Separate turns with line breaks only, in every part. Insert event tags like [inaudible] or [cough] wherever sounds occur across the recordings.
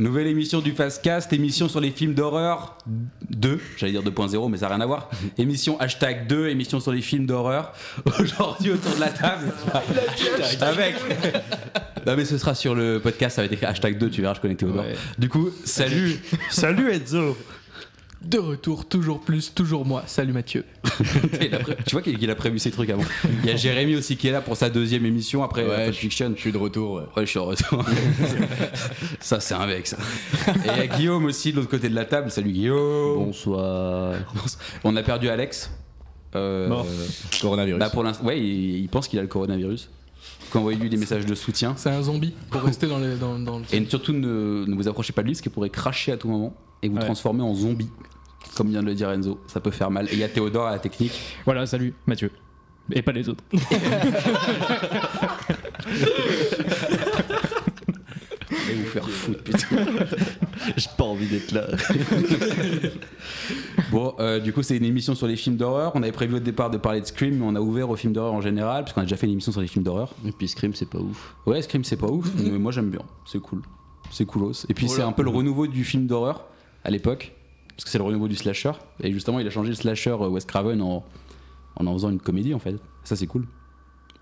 Nouvelle émission du Fastcast, émission sur les films d'horreur 2, j'allais dire 2.0, mais ça n'a rien à voir. Émission hashtag 2, émission sur les films d'horreur. [laughs] Aujourd'hui, autour de la table, [laughs] avec. Non, mais ce sera sur le podcast, ça va être écrit hashtag 2, tu verras, je connais Théodore.
Ouais.
Du coup, salut
Salut Enzo
De retour, toujours plus, toujours moi. Salut Mathieu.
[laughs] Il a pré- Tu vois qu'il qu'il a prévu ses trucs avant. Il y a Jérémy aussi qui est là pour sa deuxième émission après
Ouais,
Pulp
je-
Fiction.
Je suis de retour. euh, ouais.
Ouais, je suis en [laughs] retour. ça, c'est un mec, ça. Et il y a Guillaume aussi de l'autre côté de la table. Salut Guillaume.
Bonsoir.
On a perdu Alex. Euh,
Mort.
Coronavirus.
Bah pour l'instant, ouais, il, il pense qu'il a le coronavirus. Donc envoyez-lui des messages de soutien.
C'est un zombie pour rester dans le. Dans, dans le...
Et surtout, ne, ne vous approchez pas de lui, parce qu'il pourrait cracher à tout moment et vous
Ouais.
transformer en zombie. Comme vient de le dire Enzo, ça peut faire mal. Et il y a Théodore à la technique.
Voilà, salut, Mathieu. Et pas les autres.
Et vous faire foutre, putain.
[laughs] J'ai pas envie d'être là.
[laughs] Bon, euh, du coup, c'est une émission sur les films d'horreur. On avait prévu au départ de parler de Scream, mais on a ouvert aux films d'horreur en général, parce qu'on a déjà fait une émission sur les films d'horreur.
Et puis Scream, c'est pas ouf.
Ouais, Scream, c'est pas
[laughs]
ouf, mais moi j'aime bien. C'est cool. C'est coolos. Et
Oh
puis,
Voilà.
c'est un peu le renouveau du film d'horreur à l'époque, parce que c'est le renouveau du slasher. Et justement, il a changé le slasher euh, Wes Craven en en, en faisant une comédie, en fait. Ça, c'est cool.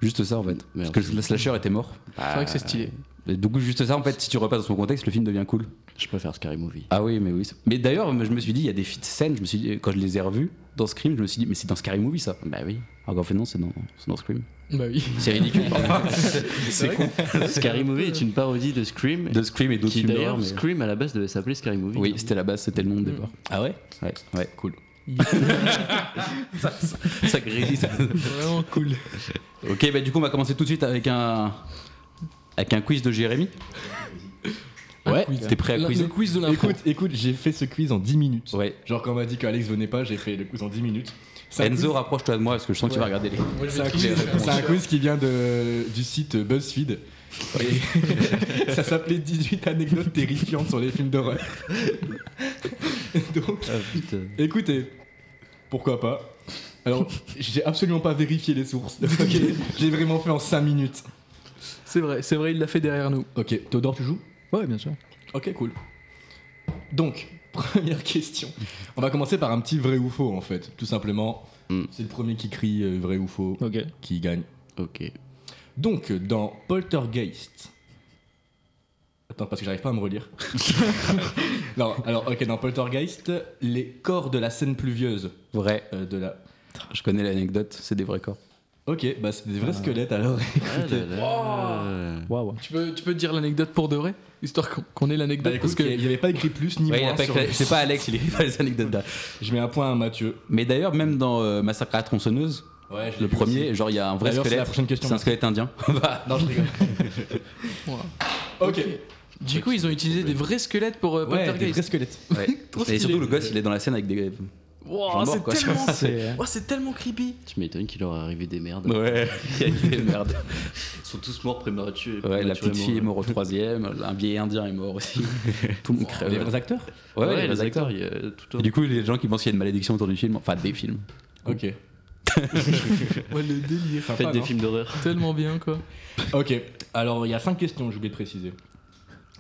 Juste ça, en fait. Parce
Merde.
que le slasher était mort.
C'est vrai que c'est stylé.
Et du coup, juste ça, en fait, si tu repasses dans son contexte, le film devient cool.
Je préfère Scary Movie.
Ah oui, mais oui. c'est- Mais d'ailleurs, je me suis dit, il y a des fit- scènes, je me suis dit, quand je les ai revues dans Scream, je me suis dit, mais c'est dans Scary Movie ça Bah oui. Alors qu'en fait, non, c'est dans, c'est dans Scream.
Bah oui.
C'est ridicule.
[laughs] Scary Movie est une parodie de Scream.
de Scream et d'autres
qui
films d'horreur.
d'ailleurs,
mais-
Scream à la base devait s'appeler Scary Movie.
Oui,
hein.
c'était la base, c'était le nom de départ.
Ah ouais
Ouais, ouais, cool. [laughs] ça, ça, ça grésille, ça.
Vraiment cool.
Ok, bah du coup, on va commencer tout de suite avec un. Avec un quiz de Jérémy.
Ouais.
Eh, T'es prêt à
Le,
quiz
le quiz de l'info.
Écoute, écoute, j'ai fait ce quiz en 10 minutes.
Ouais.
Genre quand on m'a dit qu'Alex venait pas, j'ai fait le quiz en 10 minutes. C'est un
Enzo,
quiz-
rapproche-toi de moi parce que je sens que tu vas regarder les.
Moi, je
c'est
vais
un
te quiz.
quiz, c'est un quiz qui vient de, du site BuzzFeed. Et [laughs] ça s'appelait 18 anecdotes terrifiantes sur les films d'horreur. Donc,
Ah putain.
Écoutez, pourquoi pas Alors, j'ai absolument pas vérifié les sources. Ok, [laughs] j'ai vraiment fait en 5 minutes.
C'est vrai, c'est vrai, il l'a fait derrière nous.
Ok, Théodore, tu joues
Ouais, bien sûr.
Ok, cool. Donc, [laughs] première question. On va commencer par un petit vrai ou faux, en fait. Tout simplement,
Hmm.
Mm.
c'est le premier qui crie euh, vrai ou faux
Ok.
qui gagne.
Ok.
[laughs]
Donc, dans Poltergeist. Attends, parce que j'arrive pas à
[laughs]
me relire. non, alors, ok, dans Poltergeist, les corps de la scène pluvieuse
Vrai,
euh, de la
je connais l'anecdote, c'est des vrais corps.
Ok, bah c'est des vrais squelettes alors.
Ah là là.
Waouh.
Tu peux, tu peux dire l'anecdote pour de vrai Histoire qu'on qu'on ait
Bah,
l'anecdote.
écoute,
parce que
il n'y avait pas écrit plus ni
Ouais, il a
moins.
pas
sur
écrit-
le-
C'est pas Alex, il écrit pas les anecdotes là.
Je mets un point à Mathieu.
Mais d'ailleurs, même dans euh, Massacre à la tronçonneuse,
Ouais, je
le premier, genre il y a un vrai
D'ailleurs, c'est la
squelette.
prochaine question.
C'est un squelette indien. Bah,
Ah, Non,
[laughs]
je rigole.
Voilà.
ok.
Du coup, ils ont utilisé des vrais squelettes pour euh,
[laughs] Ouais, des
Poltergeist.
vrais squelettes.
[laughs] ouais.
Trop
Et
stylé.
surtout, le gosse, il est dans la scène avec des.
Wow,
Genre mort,
c'est
quoi.
tellement...
euh,
C'est-
[laughs] wow, c'est tellement creepy.
Tu m'étonnes qu'il leur est arrivé des merdes.
Ouais, [laughs] il y a des merdes.
Ils sont tous morts prématurés.
Ouais, la petite fille est morte au troisième, un vieil indien est mort [laughs] aussi. Tout le monde crève.
Des vrais acteurs
Ouais, ouais,
les,
les vrais acteurs.
acteurs, il y a tout un.
Et du coup, les gens qui pensent qu'il y a une malédiction autour du film, enfin des films.
Ok.
Ouais, le délire.
Sympa,
Faites des
non
films d'horreur.
Tellement bien, quoi.
Ok. Alors, il y a cinq questions, j'ai oublié de préciser.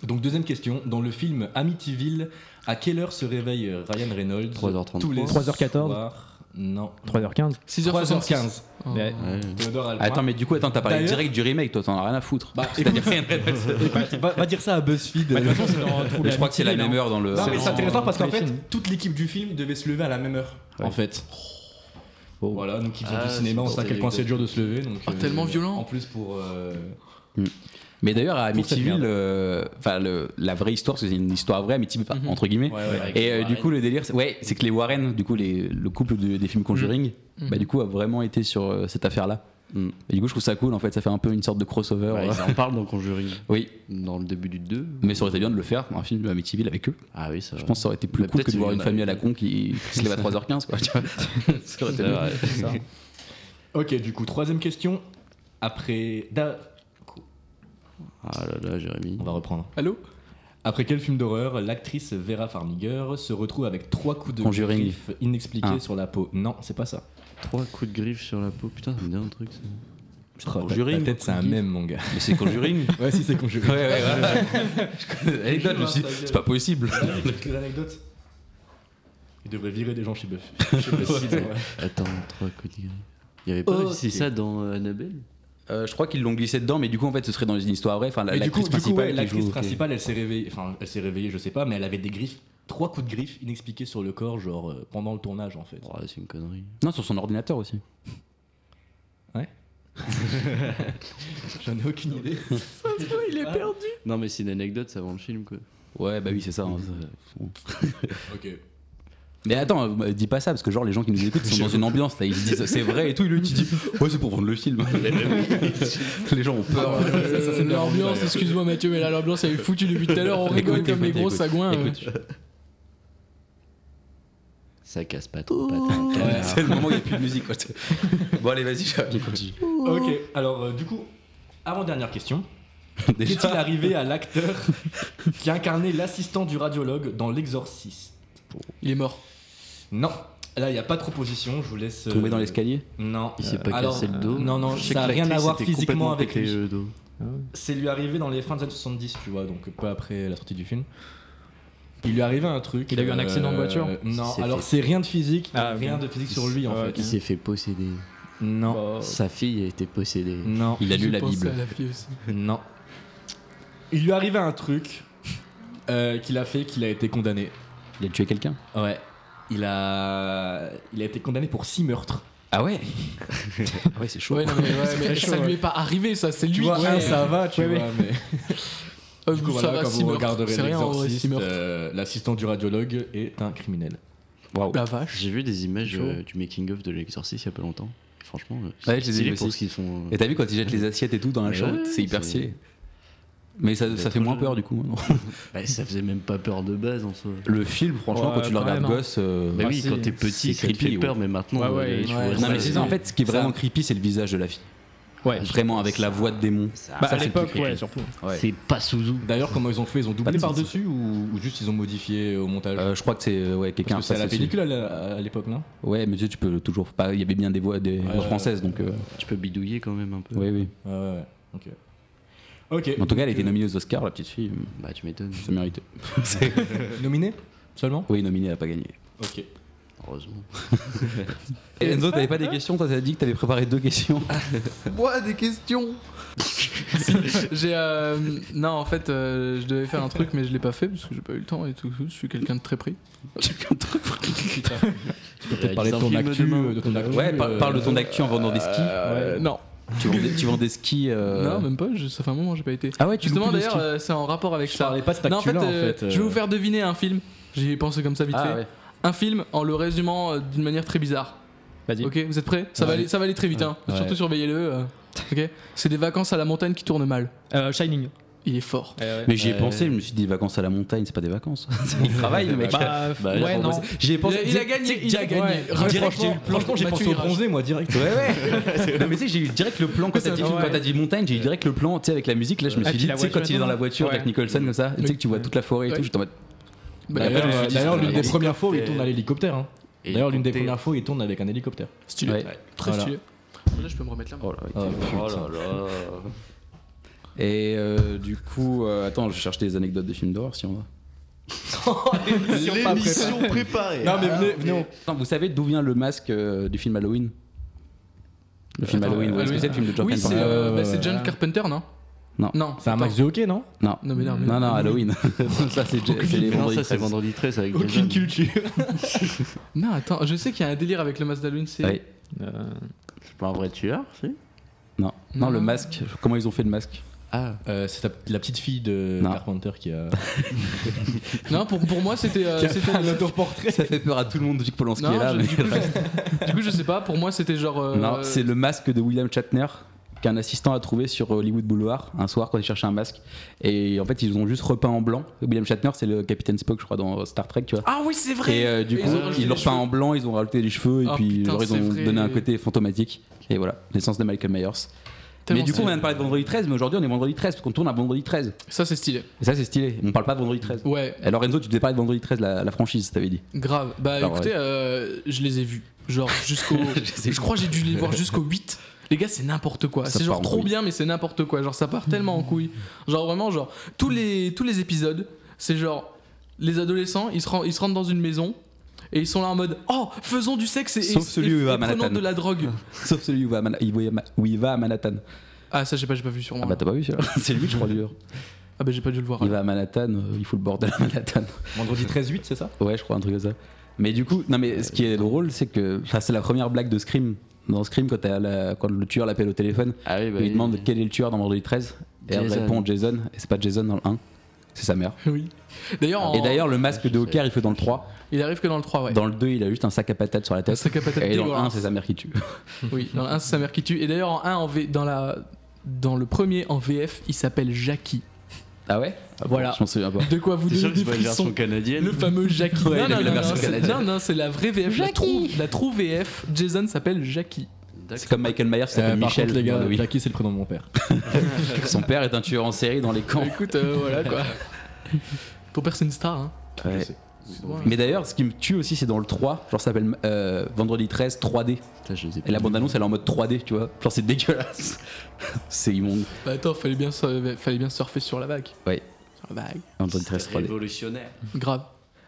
Donc, deuxième question. Dans le film Amityville, à quelle heure se réveille euh, Ryan Reynolds
3h33.
Tous les
3h14.
soirs Non.
3h15
6h75.
3h15.
Oh.
Ouais.
Ouais.
Théodore a le
Attends,
point.
mais du coup, attends, t'as parlé
D'ailleurs-
direct du remake, toi, t'en as rien à foutre.
Bah,
C'est-à-dire
[laughs]
rien.
Écoute, va, va dire ça à BuzzFeed.
Mais je crois que c'est la même heure dans le.
hein. Non, mais
dans-
c'est intéressant parce
Tous
qu'en
les
fait,
films.
toute l'équipe du film devait se lever à la même heure. En fait.
Oh.
Voilà, donc ils font
Ah,
du cinéma, on
c'est
sait à quel
pour
point c'est
télé-
dur de se lever. Donc, euh,
Ah, tellement violent.
En plus pour. euh,
Mais d'ailleurs, à
Pour cette
Amityville,
merde.
euh, enfin, le- la vraie histoire, parce que c'est une histoire vraie, Amityville, enfin,
Mhm.
entre guillemets.
Ouais, ouais.
Avec
Et euh,
les
du coup, le délire, c'est- ouais, c'est que les Warren, du coup, les, le couple de- des films Conjuring,
Mhm.
bah, du coup, a vraiment été sur euh, cette affaire-là.
Mhm.
Et du coup, je trouve ça cool, en fait, ça fait un peu une sorte de crossover.
Ouais,
euh.
Bah, ils en parlent dans Conjuring.
[laughs] Oui,
Dans le début du 2.
mais ça aurait été bien de le faire, un film de Amityville avec eux.
Ah oui, ça
Je
[laughs]
pense que ça aurait été plus
Mais
cool que
peut-être
de voir
il y
une
en a-
famille à la con qui, qui se lève à 3h15, quoi. tu vois. ça aurait été bien.
Ok, du coup, troisième question. Après. da-
Ah là là, Jérémy.
On va reprendre.
Allô
Après quel film d'horreur l'actrice Vera Farmiga se retrouve avec trois coups de
Conjuring.
griffes inexpliqués
Ah.
sur la peau Non, c'est pas ça.
Trois coups de griffe sur la peau. Putain, ça me dit un truc ça.
Ta
Conjuring.
tête, c'est un mème, mon gars.
Mais c'est Conjuring.
[laughs] Ouais, si, c'est conjugué.
Ouais, ouais, ouais. Je connais l'anecdote, je me suis dit, c'est pas possible.
[laughs] Quelques anecdotes. Il devrait virer des gens chez Buff. [laughs] Chez Buffy, ouais.
Attends, trois conneries. Il y avait pas
Ok.
aussi ça dans euh, Annabelle
Euh, je crois qu'ils l'ont glissé dedans, mais du coup, en fait, ce serait dans une histoire vraie. Enfin, la-
Mais du coup,
l'actrice
du coup,
principale
ouais,
qui
l'actrice
joue, ok.
principale, elle s'est réveillée. Enfin, elle s'est réveillée, je sais pas, mais elle avait des griffes. Trois coups de griffes inexpliqués sur le corps, genre euh, pendant le tournage, en fait.
Oh, c'est une connerie.
Non, sur son ordinateur aussi.
J'en ai aucune idée.
Oh, Il est perdu.
Non, mais c'est une anecdote, ça avant le film, quoi.
Ouais, bah oui, c'est ça. hein, c'est-
ok.
Mais attends, euh, dis pas ça, parce que genre, les gens qui nous écoutent sont dans une ambiance, là. Ils se disent, c'est vrai et tout. Et lui, tu dis, ouais, c'est pour vendre le film. [laughs] les gens ont peur.
L'ambiance, excuse-moi Mathieu, mais là l'ambiance elle est foutue depuis tout à l'heure, on rigole
Écoute,
comme les
écoute,
gros
écoute,
sagouins. euh. ouais.
Ça casse pas trop, pas tant.
[laughs] C'est le moment où il n'y a plus de musique. quoi. [laughs] Bon, allez, vas-y, Charlie, continue.
Ok, alors euh, du coup, avant-dernière
[laughs]
question. Qu'est-il
Déjà,
arrivé à l'acteur qui incarnait l'assistant du radiologue dans L'Exorciste
Il est mort.
Non. Là, il n'y a pas de proposition, je vous laisse. euh,
tomber dans l'escalier.
Non.
Il s'est pas
Alors,
cassé le dos.
Non, non,
Je sais
ça n'a
que
rien à
l'actrice
voir
était
physiquement
complètement
avec
pété euh.
lui.
le dos.
C'est lui arrivé dans les fins des années 70, tu vois, donc peu après la sortie du film. Il lui est arrivé un truc. euh,
Il a eu un accident de voiture
Non,
Il s'est
alors
fait-
c'est rien de physique,
Ah, ok.
rien de physique sur lui en
Ah,
fait.
ok.
Il s'est fait posséder.
Non,
Bah,
Oh.
Sa fille a été possédée.
non,
Il a lu
Je
la
pense
Bible.
à la fille aussi.
non. Il lui est arrivé un truc euh, qu'il a fait, qu'il a été condamné.
Il a tué quelqu'un.
Ouais. Il a, il a été condamné pour six meurtres.
Ah ouais Ah Ouais, c'est chaud.
Ouais, non, mais, ouais, mais
très
ça
chaud,
lui
ouais.
est pas arrivé, ça, c'est lui
Tu vois,
qui
un,
est-
ça va, tu
Ouais,
vois, mais.
Euh,
Du coup,
ça
voilà,
va,
quand
six
vous
meurtres.
regarderez
C'est rien en vrai,
l'exorciste,
six meurtres.
euh, l'assistant du radiologue est un criminel.
Waouh.
La
[laughs]
vache.
J'ai vu des images
Chaud.
euh, du making-of de l'exorciste il y a pas longtemps. Et franchement, euh,
Ouais, je les ai
stylé
vus
pour
aussi.
ce qu'ils font. euh,
Et t'as vu quand ils jettent les assiettes et tout dans la
Ouais,
chambre,
ouais,
c'est hyper
c'est-
stylé. Mais ça, ça fait moins peur du coup. hein, non
Bah, ça faisait même pas peur de base en soi.
Le film, franchement,
Ouais,
quand tu le
quand
regardes
même, hein.
gosse. euh,
Bah
Ah,
oui,
si,
quand t'es
c'est
petit, ça te
creepy,
fait peur, mais maintenant.
Ouais, ouais,
euh, tu
ouais.
vois
Non, mais
ça,
c'est ça, en
euh,
fait, ce qui est vraiment creepy, c'est le visage de la fille.
Ouais.
Vraiment, avec la voix de démon.
Bah,
Ça,
à
c'est
l'époque,
plus creepy.
ouais, surtout.
Ouais.
C'est pas Suzu.
D'ailleurs, comment ils ont fait Ils ont
Pas
doublé
de
par-dessus ou, ou juste ils ont modifié au montage
Euh, je crois que c'est euh, ouais, quelqu'un
Parce que c'est à la
repasse
pellicule à la- à l'époque, non
dessus. Ouais, mais tu sais, tu peux toujours. pas- Il y avait bien des voix, des voix
ouais.
françaises, donc. euh,
Tu peux bidouiller quand même un peu.
Oui, oui.
Ah, Ouais, ouais, ok. Ok.
En tout cas, elle a été
Donc,
nominée aux Oscars, la petite fille. euh,
Bah, tu m'étonnes.
Ça méritait.
euh, Nominée Seulement
Oui, nominée, elle a pas gagné.
Ok.
Heureusement.
Et Enzo, t'avais pas des questions Toi, t'as dit que t'avais préparé deux questions.
Moi, des questions [laughs] J'ai. euh, non, en fait, euh, je devais faire un truc, mais je l'ai pas fait parce que j'ai pas eu le temps et tout. tout. Je suis quelqu'un de très pris.
Tu peux parler de ton actu. euh, De ton actu
Ouais, par-
euh,
parle de ton actu en vendant des skis.
Euh, Non,
Tu vends des, tu vends des skis. euh,
non, même pas. je- ça fait un moment, j'ai pas été.
Ah ouais, tu
Justement,
loupes plus de
d'ailleurs,
skis.
euh, c'est en rapport avec
Je
ça.
parlais pas de cette
Non, en fait,
actu-là, en
euh,
fait, euh.
je vais vous faire deviner un film. J'ai pensé comme ça vite
Ah
fait.
ouais.
Un film en le résumant euh, d'une manière très bizarre.
Vas-y.
Ok, vous êtes prêts ça, va
Ouais.
aller, ça va aller très vite, hein.
Ouais.
surtout surveillez-le. euh, ok C'est des vacances à la montagne qui tournent mal.
Euh, Shining.
Il est fort.
Mais j'y ai
Euh,
pensé, je me suis dit vacances à la montagne, c'est pas des vacances. Il travaille, le mec.
Bah,
Bah,
ouais, non.
J'y ai pensé.
Il a- il a gagné,
tu sais que
il a
direct-
gagné.
ouais,
Ouais,
direct, j'ai eu le plan.
Franchement, j'ai
Mathieu,
pensé au
il rage.
bronzé, moi, direct.
Ouais, ouais. non, mais tu sais, j'ai eu direct le plan quand t'as dit,
Ouais.
quand t'as dit montagne, j'ai eu direct le plan, tu sais, avec la musique. Là, je me
Ah,
suis
puis
dit,
la
tu sais, quand
voiture
il est
et
dans
tout,
la
là.
voiture avec
Ouais.
Nicholson, comme ça, tu sais que tu vois toute la forêt et
Ouais.
tout, j'étais en mode.
Bah,
Après, je me
D'ailleurs,
suis
euh,
dit,
D'ailleurs,
c'est
l'une
pas
des
grave.
premières fois où il tourne à l'hélicoptère. hein.
Et
D'ailleurs, l'une des
compter-
premières fois où il tourne avec un hélicoptère.
stylé.
Ouais.
Très
Voilà.
stylé. Là, je peux me remettre là.
Oh là, oui.
Ah, putain.
Oh là là.
Et euh, du coup, euh, attends, je cherche des anecdotes de films d'horreur si on va.
L'émission préparée.
Non, mais venez, venez, on-
Attends, vous savez d'où vient le masque euh, du film Halloween Le film
Attends,
Halloween, ouais, est-ce
Halloween.
que c'est le film de John
Oui, c'est
Carpenter
euh,
Ouais,
bah,
ouais,
c'est John
ouais.
Carpenter, non
Non.
Non.
C'est un max de hockey, non
Non.
Non, mais non, mais
Non, non, Halloween. [laughs] ça, c'est c'est les
Non,
vendredis
ça Ah. c'est
13.
vendredi 13 avec Jason.
culture.
Non, attends, je sais qu'il y a un délire avec le masque d'Halloween, c'est.
Ouais.
Euh,
C'est pas un vrai tueur, si
Non. non, le masque. Comment ils ont fait le masque
Ah,
Euh, c'est ta- la petite fille de
Non.
Carpenter qui a.
Non, pour, pour moi, c'était.
[laughs]
euh, c'était le-
autoportrait.
Ça fait peur à tout le monde depuis que Polanski
Non,
est là.
je-
mais- [laughs]
du, coup, je, du coup, je sais pas, pour moi, c'était genre. euh,
Non, c'est le masque de William Shatner qu'un assistant a trouvé sur Hollywood Boulevard un soir quand il cherchait un masque. Et en fait, ils ont juste repeint en blanc. William Shatner, c'est le capitaine Spock, je crois, dans Star Trek, tu vois.
Ah oui, c'est vrai
Et euh, du
Et
coup,
ils ont rajouté
ils l'ont
les
repeint
cheveux.
en blanc, ils ont rajouté les cheveux,
Ah,
et puis
putain,
genre, ils
c'est
ont
vrai.
donné un côté fantomatique. Et voilà, l'essence de Michael Myers. Mais
Tellement
du coup, on
stylé.
vient de parler de vendredi 13, mais aujourd'hui, on est vendredi 13, parce qu'on tourne à vendredi 13.
Ça, c'est stylé.
Et ça, c'est stylé. On parle pas de vendredi 13.
Ouais,
Alors, Enzo, tu devais parler de vendredi 13, la, la franchise, t'avais dit. [laughs]
grave. Bah
Alors, [laughs]
écoutez, euh, je les ai vus. Genre, jusqu'au.
Je les ai
je crois que j'ai dû les voir jusqu'au 8. Les gars, c'est n'importe quoi.
Ça
C'est genre
part en
trop
couille.
bien, mais c'est n'importe quoi. Genre, ça part tellement en couille. Genre, vraiment, genre, tous les, tous les épisodes, c'est genre, les adolescents, ils se, ren- ils se rentrent dans une maison. Et ils sont là en mode Oh, faisons du sexe et, et-
Sauf celui
et-
où il va
et
à Manhattan.
prenons de la drogue.
Sauf celui où il va à, Mana- où il va- où il va à Manhattan.
Ah, ça, j'ai pas, j'ai pas vu sur moi.
Ah bah t'as pas vu
[laughs]
celui-là C'est lui, je crois, lui.
Ah, bah, j'ai pas dû le voir.
Il va à Manhattan, euh, il fout le bordel à Manhattan.
Vendredi 13-8, c'est ça Euh,
Ouais, je crois, un truc comme ça. Mais du coup, non, mais ce qui est drôle, c'est que enfin, c'est la première blague de Scream. Dans Scream, quand, t'as la- quand le tueur l'appelle au téléphone,
Ah oui, bah,
il
oui.
lui demande quel est le tueur dans Vendredi 13. Et elle
Jason.
répond Jason, et c'est pas Jason dans le 1, c'est sa mère.
[laughs] Oui. D'ailleurs,
Oh.
en-
Et d'ailleurs, le masque de Hawker, il fait dans le 3.
il arrive que dans le 3, ouais.
Dans le 2, il a juste un sac à patates sur la
Un
tête.
sac à patates
Et dans le
dégueulasse.
1, c'est sa mère qui tue.
Oui, dans le 1, c'est sa mère qui tue. Et d'ailleurs, en 1, en V- dans, la... dans le premier, en VF, il s'appelle Jackie.
Ah ouais
Voilà.
Je m'en souviens pas.
De quoi vous
T'es sûr
donner des
que c'est pas une version
frissons
canadienne
Le fameux Jackie.
Ouais,
non,
il a
non,
mis la
non,
version
non, c'est-
canadienne.
non, non, c'est la vraie VF. La true, la true VF, Jason s'appelle Jackie.
C'est comme Michael Myers, c'est
Euh,
s'appelle
Par
Michel.
contre, les
dans
gars,
le huit.
Jackie, c'est le prénom de mon père.
Son père est un tueur en série dans les camps.
Écoute, euh, voilà [laughs] quoi. Ton père, c'est une star. Hein.
Ouais.
C'est bon, hein.
Mais d'ailleurs, ce qui me tue aussi, c'est dans le 3. Genre, ça s'appelle euh, Vendredi 13 3D.
Putain, je les ai
Et la bande-annonce, elle est en mode 3D, tu vois. Genre, c'est dégueulasse. [laughs] c'est immonde.
Bah, attends, fallait bien, sur- fallait bien surfer sur la vague.
Ouais.
Sur la vague.
Vendredi 13 3D.
révolutionnaire.
Grave.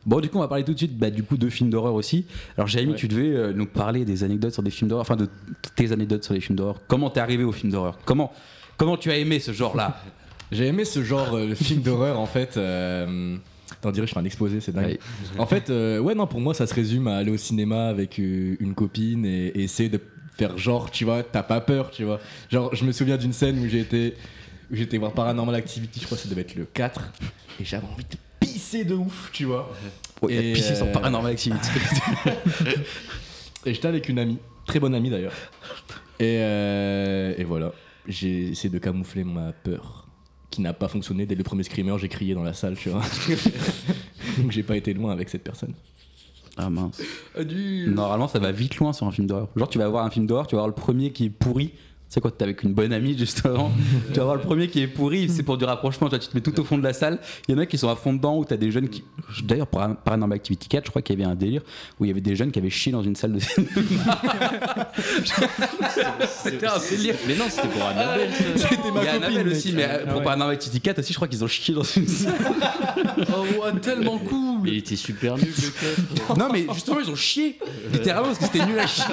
Bon, du coup, on va parler tout de suite bah, du coup, de films d'horreur aussi. Alors, Jérémy, tu devais euh, nous parler des anecdotes sur des films d'horreur, enfin de tes anecdotes sur les films d'horreur. Comment t'es arrivé aux films d'horreur comment, comment tu as aimé ce genre-là
J'ai aimé ce genre euh, de film d'horreur en fait. Euh... T'en dirais, je fais un exposé, c'est dingue.
[laughs] Ouais.
En fait, euh, ouais, non, pour moi, ça se résume à aller au cinéma avec euh, une copine et, et essayer de faire genre, tu vois, t'as pas peur, tu vois. Genre, je me souviens d'une scène où j'ai été, où j'étais voir Paranormal Activity, je crois que ça devait être le 4, et j'avais envie de pisser de ouf, tu vois.
Ouais, Il
Et,
a pissé sans
euh,
paranormal activité.
Et j'étais avec une amie, très bonne amie d'ailleurs. Et, euh, et voilà, j'ai essayé de camoufler ma peur, qui n'a pas fonctionné. Dès le premier screamer, j'ai crié dans la salle, tu vois. [laughs] Donc j'ai pas été loin avec cette personne.
ah mince.
Ah, du-
Normalement, ça va vite loin sur un film d'horreur. Genre, tu vas voir un film d'horreur, tu vas voir le premier qui est pourri. C'est quoi, t'es avec une bonne amie [laughs] justement. tu vas voir le premier qui est pourri, c'est pour du rapprochement. Toi, tu te mets tout au fond de la salle. Il y en a qui sont à fond dedans, où t'as des jeunes qui. D'ailleurs, pour un- Paranormal Activity 4, je crois qu'il y avait un délire où il y avait des jeunes qui avaient chié dans une salle de cinéma. [laughs] C'était un délire. Ah,
Mais non, c'était pour Annabelle. ça.
C'était ma Il y a Annabelle aussi, mais euh, pour Paranormal Activity 4 aussi, je crois qu'ils ont chié dans une salle.
Oh, ouais, tellement
Mais il
cool.
était super nul le 4.
non, mais justement, ils ont chié. Littéralement, parce que c'était nul à chier.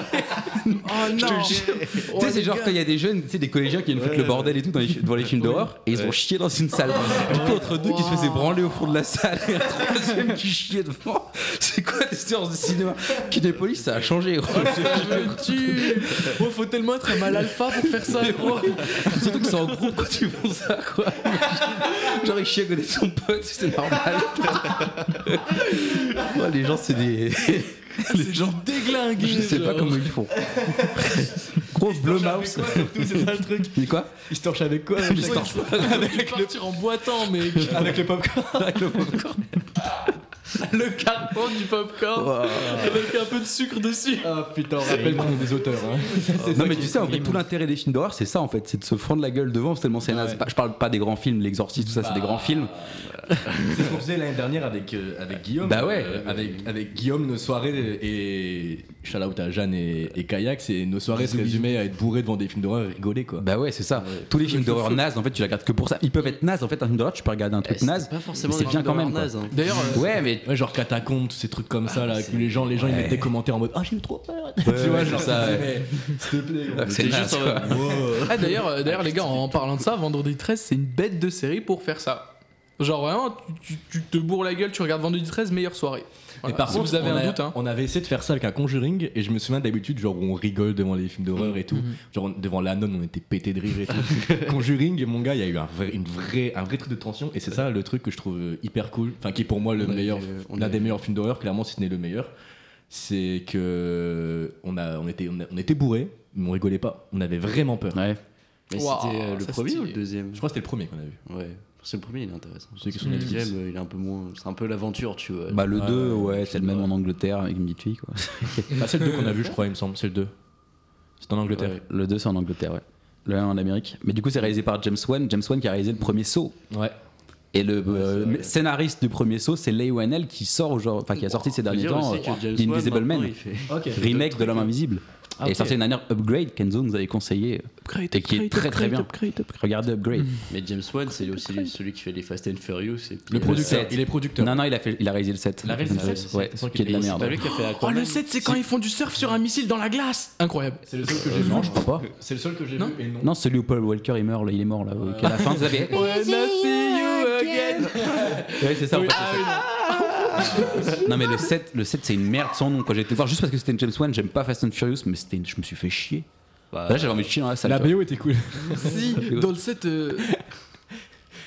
Oh non.
tu sais, c'est genre quand il y a des jeunes, tu sais, des collégiens qui viennent foutre le bordel et tout dans les, devant les films d'horreur et ils ont chié dans une salle. Du coup, entre deux qui se faisaient branler au fond de la salle et un troisième qui chiait devant, c'est quoi des séances de cinéma Kinépolis, ça a changé, gros.
Je me tue. Oh, faut tellement être un mal alpha pour faire [laughs] ça, gros.
Surtout que c'est en groupe quand ils font ça, quoi. Genre, il chie à côté de son pote, c'est normal. Ouais, les gens, c'est
[laughs]
des.
C'est genre déglingué.
Je sais pas
genre.
comment ils font. Gros
Ah
Blumhouse.
c'est ça le truc.
Il dit quoi
Il se torche avec quoi
Il se
Jacques
torche
[laughs] Avec partir en boitant, [laughs] mec.
Avec le popcorn.
avec le popcorn.
Le carton du popcorn avec un peu de sucre dessus.
Ah putain, rappelle qu'on est des auteurs. Hein.
Non mais tu sais en fait tout l'intérêt des films d'horreur c'est ça en fait c'est de se fendre la gueule devant c'est tellement c'est naze. Pas- Je parle pas des grands films l'exorciste tout ça c'est des grands films.
C'est ce qu'on faisait l'année dernière avec, euh, avec Guillaume.
Bah ouais.
Euh, avec, avec Guillaume, nos soirées et. Shout out à Jeanne et, et Kayak, c'est nos soirées se résumaient à être bourrés devant des films d'horreur et rigoler quoi.
Bah ouais c'est ça. Tous les films d'horreur naze en fait tu les regardes que pour ça. Ils peuvent être nazes en fait un film d'horreur tu peux regarder un
Eh,
truc
c'était
naze.
Pas forcément
mais c'est
des
bien quand même,
films d'horreur naze, hein.
D'ailleurs,
[laughs]
euh,
Ouais mais
Ouais, genre catacombes, tous ces trucs comme ça là, où les gens, les gens ils mettent des commentaires en mode Ah, j'ai eu trop peur. [laughs] tu vois,
Ah, ouais,
genre
c'est ça,
ça.
ouais.
S'il te plaît, gros.
c'est
T'es
naze.
juste en
quoi.
mode,
ah, d'ailleurs, euh, d'ailleurs, les gars, en parlant de ça, vendredi 13, c'est une bête de série pour faire ça. Genre vraiment, tu, tu- tu te bourres la gueule, tu regardes vendredi 13, meilleure soirée.
Mais
Voilà.
par
si
contre,
vous avez
on,
un
a-
doute, hein.
on avait essayé de faire ça avec un Conjuring et je me souviens d'habitude genre où on rigole devant les films d'horreur et tout. Genre on- devant la nonne on était pété de rire et tout. [laughs] Conjuring, mon gars, il y a eu un vrai, une vraie, un vrai truc de tension et c'est ça le truc que je trouve euh, hyper cool, enfin qui est pour moi le
On avait-
meilleur,
on
l'un
avait-
des meilleurs films d'horreur clairement si ce n'est le meilleur, c'est que on a, on était, on, a- on était bourré, mais on rigolait pas, on avait vraiment peur.
Ouais.
Mais
Waouh,
c'était euh, le
ça,
premier
c'était-
ou le deuxième
Je crois que c'était le premier qu'on a vu.
Ouais. C'est le premier, il est intéressant.
Celui qui est sur
le
Netflix.
deuxième, euh, il est un peu moins. C'est un peu l'aventure, tu vois.
Bah le
Ouais,
2
ouais,
ouais c'est le même en Angleterre avec une petite fille quoi.
Bah, c'est le deux qu'on a vu, je crois, il me semble, c'est le deux. C'est en Angleterre.
Ouais.
Le 2 c'est en Angleterre ouais. Le 1 en Amérique. Mais du coup c'est réalisé par James Wan. James Wan qui a réalisé le premier saut.
ouais.
Et le euh, scénariste du premier saut, c'est Leigh Whannell qui sort aujourd'hui, enfin qui a sorti ces
Faut
derniers
dire
temps
aussi que
euh,
James Wan,
Invisible
maintenant,
Man, Oh.
il fait-
remake de l'homme invisible.
Ah,
Et
ok.
sorti une dernière Upgrade, Kenzo nous avait conseillé.
Upgrade,
Et qui est
upgrade,
très, très
upgrade,
bien.
upgrade, upgrade.
Regardez Upgrade.
Mais James Wan, c'est aussi celui qui fait les Fast and Furious. Et puis,
Le
euh,
producteur.
sept.
Il est producteur.
Non, non, il a, fait, il a réalisé le 7.
Il a réalisé le sept
Ouais,
C'est ça
qui est de la
c'est pas
merde.
lui qui a fait
Oh,
Aquaman.
le 7, c'est quand ils font du surf sur un missile dans la glace Incroyable.
C'est le seul que
Euh, non, je crois pas.
C'est le seul que j'ai
Non.
vu et non.
Non, celui où Paul Walker il meurt, là, il est mort là. qu'à la fin, vous avez. [laughs] Ouais, c'est ça en fait. Non mais le 7, le 7 c'est une merde sans nom. Quand j'ai été le voir juste parce que c'était une James Wan, j'aime pas Fast and Furious, mais c'était une- je me suis fait chier.
Bah,
Là j'avais envie de chier dans la salle.
La
tu vois.
BO était cool.
Si, dans le 7, euh,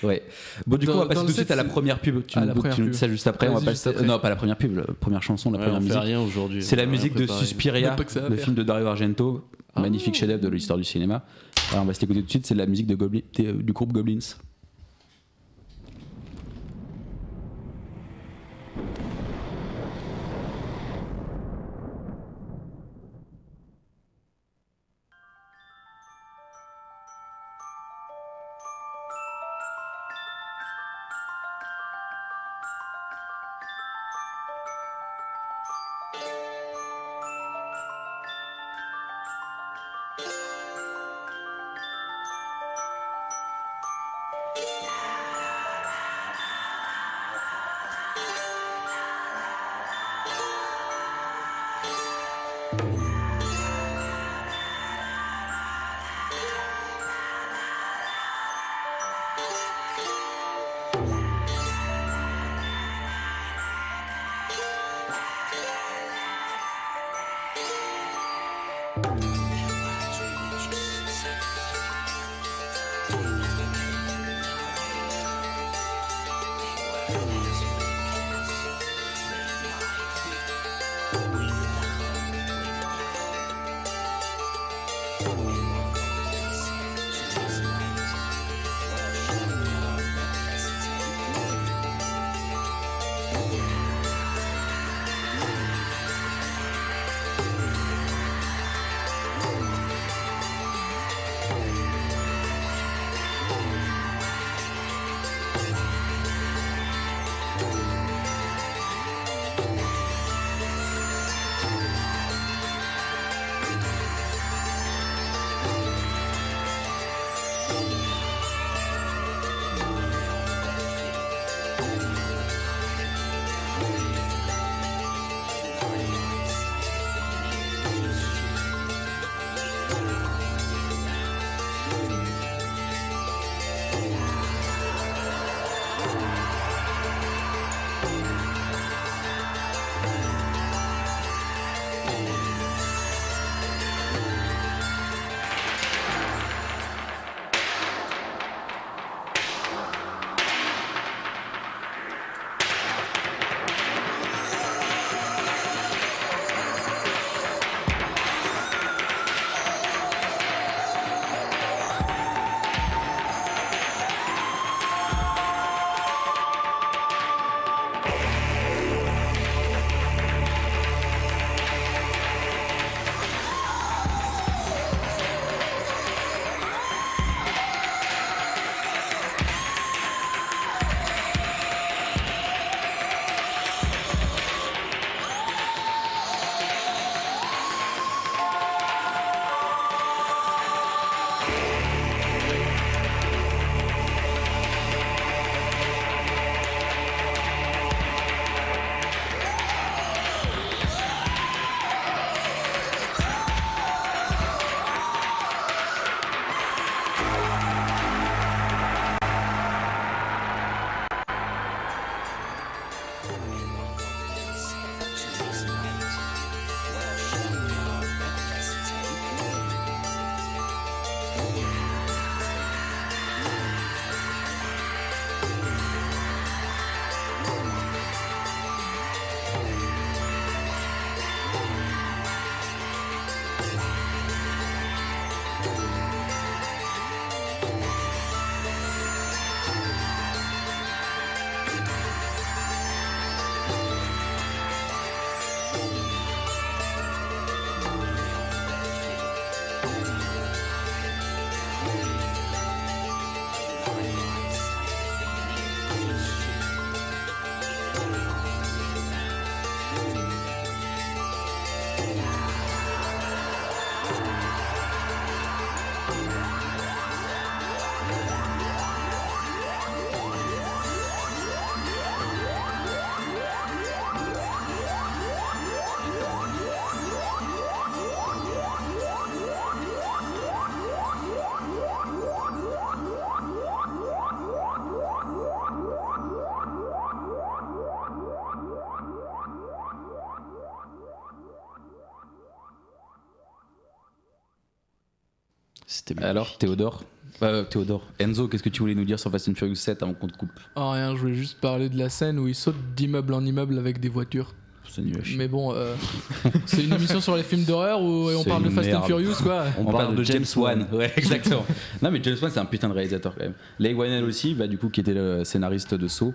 Ouais. Bon du coup on
Dans-
va
dans
passer
le
tout de suite
set,
à la
c'est-
première pub. Tu
à
nous
la
boucles-
première
tu nous
pub.
dis ça juste après. On va
Vas-y,
passer.
juste après.
Non pas la première pub, la première chanson, la
ouais,
première
on fait
musique.
rien aujourd'hui.
C'est la
On a
musique de
rien préparé.
Suspiria,
On a pas que ça à
le
faire. Ah.
film de Dario Argento, magnifique chef-d'œuvre de l'histoire du cinéma. Alors on va se l'écouter tout de suite. C'est la musique de Goblin- du groupe Goblins.
Thank
C'était bien.
Alors, Théodore Euh, Théodore. Enzo, qu'est-ce que tu voulais nous dire sur Fast and Furious 7 avant qu'on te coupe
Ah rien, je voulais juste parler de la scène où ils sautent d'immeuble en immeuble avec des voitures.
C'est nul à chier.
Mais bon,
[laughs]
euh, c'est une émission sur les films d'horreur où on
C'est
parle de
une
Fast and
merde.
Furious,
[laughs]
quoi.
On, parle, de, James Wan. Ouais, exactement. non, mais James Wan, c'est un putain de réalisateur quand même. Leigh Whannell aussi, bah, du coup, qui était le scénariste de Saw.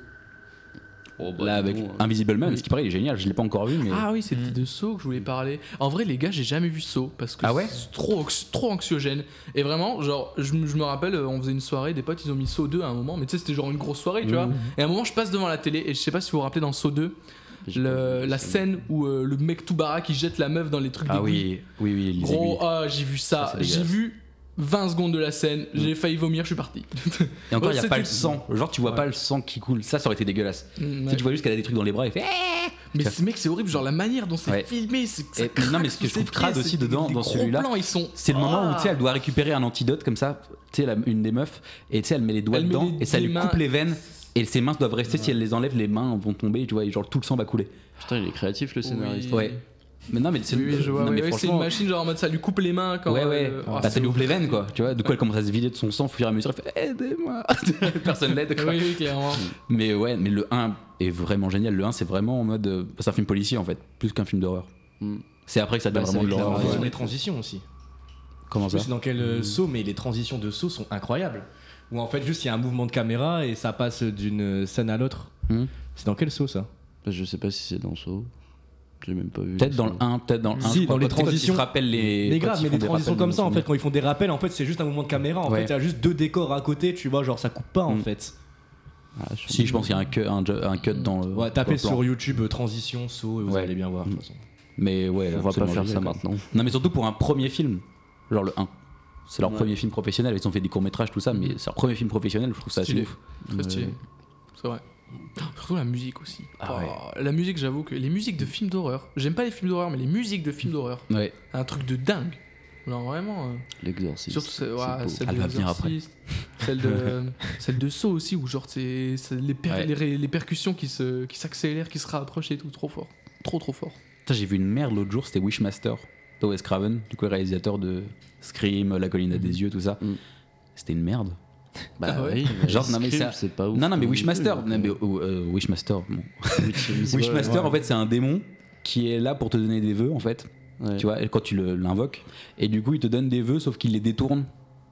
Oh, bah,
là,
dis
avec
donc, hein.
Invisible Man, ce qui paraît, il est génial. Je l'ai pas encore vu, mais.
Ah oui, c'était de Saw que je voulais parler. En vrai, les gars, j'ai jamais vu Saw parce que
Ah ouais
c'est trop, anx- trop anxiogène. Et vraiment, genre, je, me- je me rappelle, euh, on faisait une soirée, des potes, ils ont mis Saw 2 à un moment, mais tu sais, c'était genre une grosse soirée, tu
Mm.
vois. Et à un moment, je passe devant la télé et je sais pas si vous vous rappelez dans Saw 2,
J'ai
le-
pas vu
la
ça.
scène où euh, le mec tout bara qui jette la meuf dans les trucs
Ah
d'aiguille.
oui, oui, oui, les aiguilles.
Gros, ah, j'ai vu ça,
Ça, c'est
j'ai
dégueulasse. Mm.
vu 20 secondes de la scène, j'ai failli vomir, je
[laughs]
suis parti.
Et encore,
Ouais,
il n'y a
euh, c'était-
pas le sang. Genre, tu vois pas le sang qui coule. Ça, ça aurait été dégueulasse. Tu, sais, tu vois juste qu'elle a des trucs dans les bras et fait.
Mm,
Eh
Mais ce mec, c'est horrible, genre la manière dont c'est
Ouais.
filmé, c'est que ça
Et-
craque
non, mais ce que
sous
je trouve
ses
crade
pieds,
aussi
c'est des-
dedans-
des
dans
gros
celui-là,
plans, ils sont.
C'est le moment où tu sais,
Ah
elle doit récupérer un antidote comme ça. Tu sais, la- une des meufs. Et tu sais, elle met les doigts
Elle met
dedans
les-
et ça
les
lui
mains-
coupe les veines. Et ses mains doivent rester. Si elle les enlève, les mains vont tomber. Tu vois, et genre tout le sang va couler.
Putain, il est créatif le scénariste.
Oui.
Ouais. Mais non, mais c'est
Oui, oui, je vois,
non,
oui,
mais
oui, c'est une
franchement-
machine genre en mode ça lui coupe les mains quand
Ouais, ouais.
euh, ah,
Bah, ça
c'est
lui ouvre les
horrible.
veines, quoi. Tu vois, de quoi elle commence à se vider de son sang au fur et à mesure. Elle fait Aidez-moi [laughs] Personne l'aide, quoi. Mm,
Oui, oui, clairement.
Mais ouais, mais le 1 est vraiment génial. Le 1, c'est vraiment en mode. euh, c'est un film policier, en fait, plus qu'un film d'horreur.
Mm.
C'est après que ça devient
Bah, c'est
vraiment de
avec la
l'horreur.
variation
Ouais.
les transitions aussi.
Comment
Je
ça
sais plus dans quel euh, saut, mais les transitions de saut sont incroyables. Où en fait, juste il y a un mouvement de caméra et ça passe d'une scène à l'autre.
Hmm.
C'est dans quel saut ça
Bah, je sais pas si c'est dans Saw. J'ai même pas vu.
Peut-être dans le 1, peut-être dans le 1.
Si, dans les
Quand
transitions.
ils se rappellent les.
Mais
quand
grave,
ils
mais
font
des
des
transitions
rappels
comme
de
ça, en fait,
souvenirs.
quand ils font des rappels, en fait, c'est juste un mouvement de caméra. En
Ouais. Hmm.
fait, il y a juste deux décors à côté, tu vois, genre ça coupe pas en fait.
Ah, sûrement.
Si, je pense qu'il y a un cut, un, un cut dans le.
Ouais,
dans
tapez
le plan.
sur YouTube euh, transition saut et vous
Ouais.
allez bien voir. de toute façon.
Mais ouais,
On va pas
absolument
faire ça
génial, quoi.
maintenant.
Non, mais surtout pour un premier film, genre le 1. C'est leur
Ouais.
premier film professionnel. Ils ont fait des courts-métrages, tout ça, mais c'est leur premier film professionnel, je trouve ça assez
Stylé.
ouf.
Très stylé. C'est vrai. Surtout la musique aussi.
Ah ouais.
Oh, La musique, j'avoue que les musiques de films d'horreur. J'aime pas les films d'horreur, mais les musiques de films d'horreur.
Ouais.
Un truc de dingue. Genre vraiment. euh,
L'exorciste.
Surtout ce- ouais,
beau.
celle
Elle
de
va venir après.
Exorcist, celle
[laughs]
de celle de Saw aussi où genre c'est c'est les, per-
Ouais.
les, ré- les percussions qui se qui s'accélèrent, qui se rapprochent et tout trop fort, trop trop fort.
Putain, j'ai vu une merde l'autre jour, c'était Wishmaster de Wes Craven, du coup réalisateur de Scream, La colline à des yeux, tout ça.
Mm.
C'était une merde.
Bah
Ah ouais.
oui, mais
Genre, non, mais
Scream,
ça-
c'est pas ouf.
non, non, mais
comme
Wishmaster,
film,
non,
[laughs]
mais,
donc,
oh, euh, Wishmaster, bon.
euh, Witch-
Wishmaster, en fait, c'est un démon qui est là pour te donner des vœux, en fait.
Ouais.
Tu vois, et quand tu le- l'invoques, et du coup, il te donne des vœux, sauf qu'il les détourne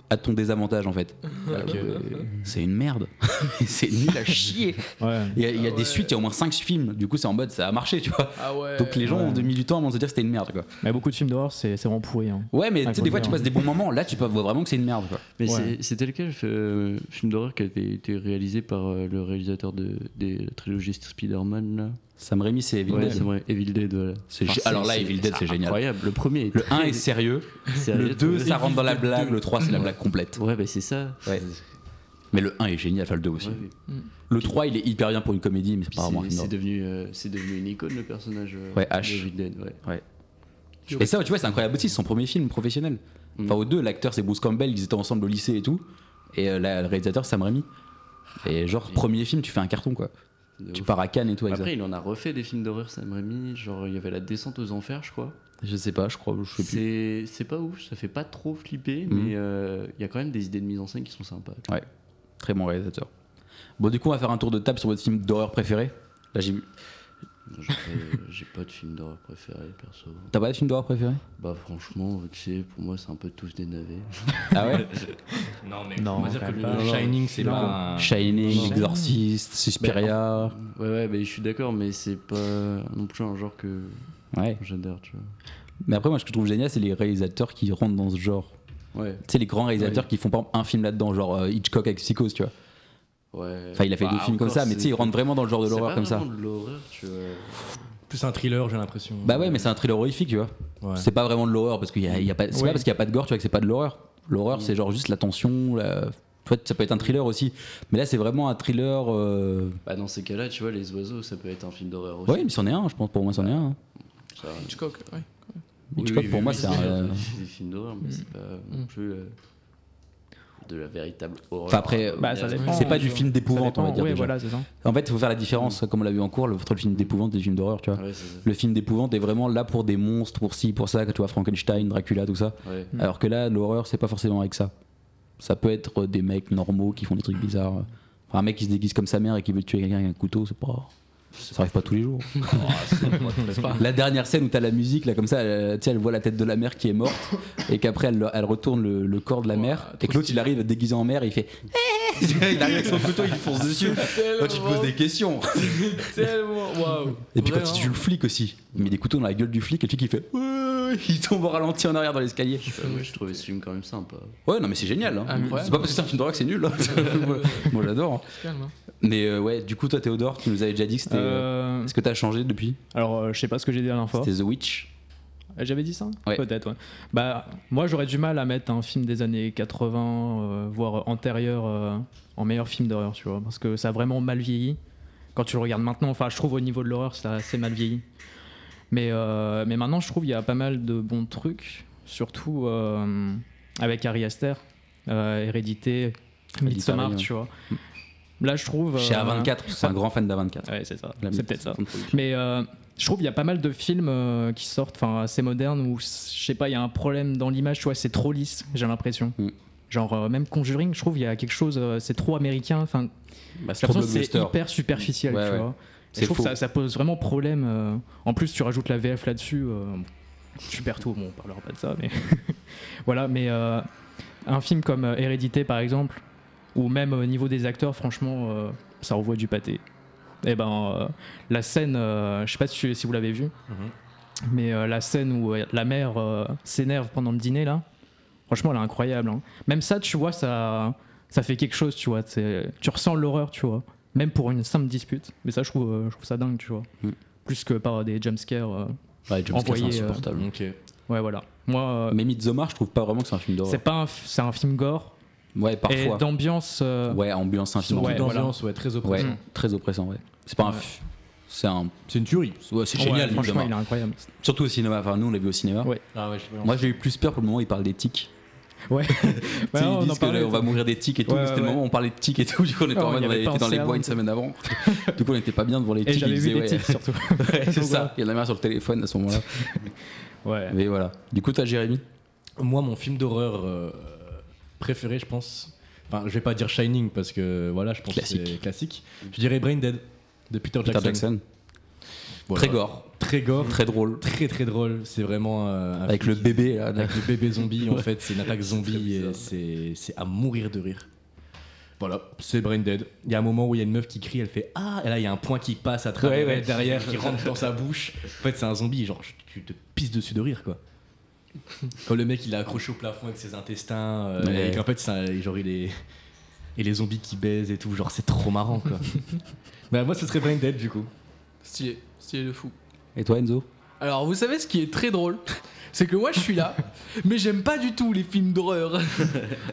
à ton désavantage, en
[laughs]
fait. Euh, C'est une merde. [laughs] c'est nul à chier.
Ouais.
Il y a, il y a
Ah ouais.
des suites, il y a au moins 5 films. Du coup, c'est en mode, ça a marché, tu vois.
Ah ouais.
Donc les gens
Ouais.
ont mis du temps avant de se dire que c'était une merde, quoi.
Mais beaucoup de films d'horreur, c'est c'est vraiment pourri. Hein.
Ouais, mais
Ah,
tu sais,
faut
des
le
fois,
dire.
tu passes des bons moments. Là, tu peux voir vraiment que c'est une merde, quoi.
Mais
Ouais.
c'est- c'était lequel euh, film d'horreur qui avait été réalisé par euh, le réalisateur de, des trilogies Spider-Man là
Sam Raimi, c'est Evil
Ouais,
Dead.
c'est vrai, Evil Dead. voilà.
C'est
Enfin,
gé- Ah, alors là, Evil Dead, c'est génial.
Incroyable. Le premier
[laughs]
est
Le 1 est sérieux,
sérieux,
le 2
ouais.
ça rentre dans la blague, le 3 c'est la blague complète.
Ouais, bah c'est ça.
Ouais. Mais le 1 est génial, enfin le 2 aussi.
Ouais, oui.
Le 3 il est hyper bien pour une comédie, mais c'est
Puis
pas vraiment un
c'est-
film
c'est
d'horreur.
devenu, euh, c'est devenu une icône le personnage euh,
Ouais, Ash.
d'Evil Dead. Ouais.
Et ça, tu vois, c'est incroyable aussi, c'est son premier film professionnel.
Mm.
Enfin, aux deux, l'acteur c'est Bruce Campbell, ils étaient ensemble au lycée et tout. Et euh, la- le réalisateur Sam Raimi. Et genre, premier film, tu fais un carton quoi.
De
Tu
ouf.
pars à Cannes et tout avec ça.
Après, il en a refait des films d'horreur, Sam Raimi. Genre, il y avait La Descente aux Enfers, je crois.
Je sais pas, je crois, je sais plus.
C'est c'est pas ouf, ça fait pas trop flipper,
Mhm.
mais euh, il y a quand même des idées de mise en scène qui sont sympas.
Très bon réalisateur. Bon, du coup, on va faire un tour de table sur votre film d'horreur préféré. Là, j'ai vu. [laughs]
Genre, euh, J'ai pas de film d'horreur préféré, perso.
T'as pas de film d'horreur préféré
Bah, franchement, tu sais, pour moi, c'est un peu tous des navets.
Ah ouais
Non, mais
Non, quand même pas.
Shining, c'est pas. un-
Shining,
Shining.
Exorcist, Suspiria.
Ouais, ouais, bah, je suis d'accord, mais c'est pas non plus un genre que
Ouais.
j'adore, tu
Mais après, moi, ce que je trouve génial, c'est les réalisateurs qui rentrent dans ce genre.
vois. Ouais.
Tu sais, les grands réalisateurs qui font pas un film là-dedans, genre euh, Hitchcock avec Psychose, tu vois.
ouais.
Enfin, il a fait
Bah,
deux films comme
encore,
ça, mais tu sais,
c'est-
ils rentrent vraiment dans le genre de
c'est
l'horreur
pas
comme ça.
vraiment de l'horreur, tu vois.
Plus un thriller, j'ai l'impression.
Bah ouais, mais c'est un thriller horrifique, tu vois.
Ouais.
C'est pas vraiment de l'horreur, parce qu'il y a, il y a pas, c'est
Oui.
pas parce qu'il y a pas de gore, tu vois, que c'est pas de l'horreur. L'horreur, c'est genre juste la tension, la... Tu vois, ça peut être un thriller aussi. Mais là, c'est vraiment un thriller. euh,
Bah, dans ces cas-là, tu vois, Les Oiseaux, ça peut être un film d'horreur aussi.
Ouais, mais c'en est un, je pense. Pour moi, c'en est un. hein.
Ça-
Hitchcock, [laughs] ouais.
Hitchcock, pour moi, c'est un. euh, Mm.
des films d'horreur, mais c'est pas non plus. euh, de la véritable horreur.
Enfin, après,
Bah, ça dépend.
c'est pas du film d'épouvante,
Ça
on va
dépend,
dire.
ouais,
déjà.
voilà, c'est ça.
En fait, il faut faire la différence, comme on l'a vu en cours, le- entre le film d'épouvante et le film d'horreur, tu vois.
Ouais, c'est
Le film d'épouvante est vraiment là pour des monstres, pour ci, pour ça, que tu vois, Frankenstein, Dracula, tout ça.
ça. Ouais.
Mm.
Alors que là, l'horreur, c'est pas forcément avec ça. Ça peut être des mecs normaux qui font des trucs bizarres. Enfin, un mec qui se déguise comme sa mère et qui veut tuer quelqu'un avec un couteau, c'est pas. Ça arrive pas tous les [laughs] jours. la dernière scène où t'as la musique, là, comme ça, elle, tu sais, elle voit la tête de la mère qui est [laughs] morte et qu'après elle, elle retourne le, le corps de la
Ouah,
mère et
trop
que l'autre il
stylé.
arrive déguisé en mère et il [laughs] fait. Eh il arrive avec son couteau, il fonce dessus. Toi, tu te poses des questions.
Tellement. Waouh.
Et puis quand
Vraiment.
il tue le flic aussi, il met des couteaux dans la gueule du flic et le flic il fait Ouais il tombe au ralenti en arrière dans l'escalier.
Ouais, ouais, Bah, je trouvais ce film quand même sympa.
Ouais non mais c'est génial. hein.
Incroyable.
C'est pas parce que c'est un film d'horreur que c'est nul. hein.
[laughs]
Moi- Moi j'adore.
Calme, hein.
Mais euh, ouais du coup toi Théodore tu nous avais déjà dit que c'était... euh,
Euh,
Est-ce que t'as changé depuis
alors, euh, je sais pas ce que j'ai dit la dernière fois.
C'était The Witch.
Euh, J'avais dit ça
Ouais.
Peut-être, ouais. Bah, moi, j'aurais du mal à mettre un film des années 80, euh, voire antérieur, euh, en meilleur film d'horreur, tu vois. Parce que ça a vraiment mal vieilli. Quand tu le regardes maintenant, enfin, je trouve au niveau de l'horreur, ça a assez mal vieilli. Mais, euh, mais maintenant, je trouve qu'il y a pas mal de bons trucs, surtout euh, avec Harry Aster, euh, Hérédité, Midsommar,
ouais.
tu vois. Là, je trouve.
Chez
euh,
A24, parce que c'est un grand fan d'A24.
Ouais, c'est ça.
La
C'est
mythe.
peut-être ça. Mais euh, je trouve qu'il y a pas mal de films euh, qui sortent, enfin assez modernes, où c- je sais pas, il y a un problème dans l'image, tu vois, c'est trop lisse, j'ai l'impression.
Mm.
Genre euh, même Conjuring, je trouve il y a quelque chose, euh, c'est trop américain, enfin
Bah, c'est
j'ai
trop
l'impression que c'est
blockbuster.
hyper superficiel,
Ouais,
tu
ouais.
vois. Et
C'est
je trouve
faux.
que ça, ça pose vraiment problème. euh, En plus, tu rajoutes la VF là-dessus, euh, tu perds tout. Bon, on parlera pas de ça, mais [laughs] voilà. Mais euh, un film comme euh, Hérédité, par exemple, ou même au niveau des acteurs, franchement, euh, ça envoie du pâté. Et ben, euh, la scène, euh, je sais pas si, tu- si vous l'avez vu,
Mhm.
mais euh, la scène où euh, la mère euh, s'énerve pendant le dîner là, franchement, elle est incroyable. hein. Même ça, tu vois, ça, ça fait quelque chose, tu vois. c'est- Tu ressens l'horreur, tu vois même pour une simple dispute. Mais ça, je trouve, euh, je trouve ça dingue, tu vois.
Mm.
Plus que par des jumpscares. euh,
Ouais, James Cameron, c'est
Envoyé, euh,
insupportable.
Ok.
Ouais, voilà. Moi, euh,
Mais Midsommar je trouve pas vraiment que c'est un film
c'est
d'horreur.
pas un, f- c'est un film gore
Ouais
et
parfois.
d'ambiance. euh,
Ouais ambiance un film
Ouais,
d'horreur.
D'ambiance, ouais, très
Ouais,
oppressant.
Mm.
très oppressant ouais. C'est pas un...
Ouais.
f- C'est un...
C'est une tuerie.
Ouais, c'est
ouais,
génial
franchement,
Midsommar.
il est incroyable.
Surtout au cinéma, enfin nous on l'a vu au cinéma.
Ouais.
Ah ouais, je
Moi j'ai eu plus peur pour le moment où ils parlent des tics.
Ouais.
Tu sais, ils disent que là, on va mourir des tics et tout,
Ouais,
mais c'était le
ouais.
moment où on parlait de tics et tout. Du coup on était
Ah,
en
on
mode,
y
on
avait
avait
pas
été dans les
pensé
bois
avant,
une
quoi.
semaine avant. du coup on était pas bien devant les
Et
tics.
j'avais
ils
vu
disaient,
des
ouais,
tics surtout.
[laughs] c'est
Donc,
ça, il y en avait un sur le téléphone à ce moment-là.
Ouais.
Mais voilà. Du coup toi Jérémy
Moi, mon film d'horreur euh, préféré, je pense. Enfin, je vais pas dire Shining parce que voilà, je pense
Classique.
que c'est classique. Je dirais Brain Dead de Peter Jackson.
Peter Jackson.
Voilà.
Très gore,
Très gore,
très drôle.
très très drôle. C'est vraiment euh, un
Avec
film
le
qui-
bébé là.
avec le bébé zombie. [laughs] En fait, c'est une attaque zombie
bizarre.
et c'est c'est à mourir de rire. Voilà, c'est Brain Dead. Il y a un moment où il y a une meuf qui crie, elle fait ah, et là il y a un point qui passe à travers
Ouais, ouais.
derrière, qui rentre dans sa bouche. En fait, c'est un zombie, genre tu te pisses dessus de rire [laughs] quoi. Quand le mec il est accroché au plafond avec ses intestins, euh,
Ouais.
et qu'en fait c'est un- genre il est et les zombies qui baisent et tout, genre c'est trop marrant quoi. [laughs] bah moi ce serait Brain Dead du coup.
Stylé, stylé de fou.
Et toi Enzo
Alors, vous savez ce qui est très drôle C'est que moi, je suis là, mais j'aime pas du tout les films d'horreur.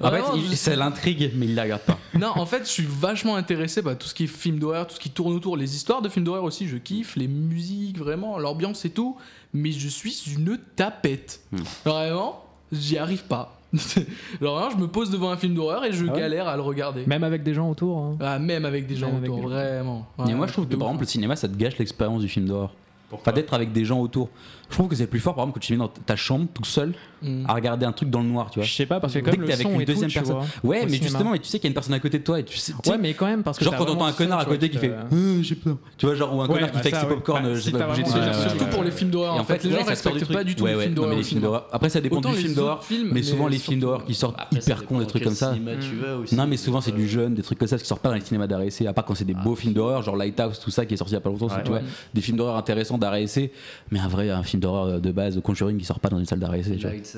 Ah
En fait
Vraiment,
il-
je-
ça l'intrigue mais il la regarde pas.
Non, en fait, je suis vachement intéressé par tout ce qui est film d'horreur, tout ce qui tourne autour. Les histoires de films d'horreur aussi, je kiffe. Les musiques, vraiment, l'ambiance et tout. Mais je suis une tapette.
Hmm.
Vraiment, j'y arrive pas. [laughs] Alors, vraiment, je me pose devant un film d'horreur et je
Ah ouais
galère à le regarder.
Même avec des gens autour. hein.
Ah, même avec des gens
Même avec
autour,
des gens.
vraiment.
Mais
Ouais,
moi je trouve que
de
par
ouf.
exemple le cinéma ça te gâche l'expérience du film d'horreur. Enfin d'être avec des gens autour. Je trouve que c'est plus fort par exemple que tu te mets dans ta chambre tout seul
Hmm.
à regarder un truc dans le noir tu vois.
Je sais pas, parce que
Dès
quand
que t'es
même, le
avec
son
une
et tout,
deuxième
tu
personne.
vois,
Ouais,
au
mais
cinéma.
justement, et tu sais qu'il y a une personne à côté de toi et tu sais. tu sais,
Ouais, mais quand même, parce que.
genre
t'as
quand t'entends
vraiment
un
ce son,
connard à
tu vois,
côté qui
que
fait
t'as-
Euh, j'ai peur. Tu vois, genre, ou un
Ouais,
connard qui
bah
fait avec
ça,
ses
ouais.
popcorn,
Bah,
euh,
si
j'ai
t'as
pas obligé de
vraiment-
C'est
Ouais, ouais,
surtout
ouais.
pour les films d'horreur.
Et
En, fait, les
ouais,
gens
ça sort
respectent
truc.
pas du tout
Ouais,
les
ouais,
films
non,
d'horreur.
mais les films d'horreur. Après, ça dépend
Autant
du
les
film
autres
d'horreur.
films,
Mais
mais
souvent, les
surtout-
films d'horreur qui sortent
Après, ça
hyper
dépend
cons, des
dans
trucs
quel
comme ça.
cinéma tu vas aussi,
Non, mais souvent, c'est
euh,
du jeune, des trucs comme ça, ce qui sort pas dans les cinémas d'ARSC. À part quand c'est des beaux films d'horreur, genre Lighthouse, tout ça, qui est sorti il y a pas longtemps, c'est, tu vois, des films d'horreur intéressants d'ARSC. Mais un vrai, un film d'horreur de base, Conjuring, qui sort pas dans une salle d'ARSC, tu vois.
Lights Out,
Mm.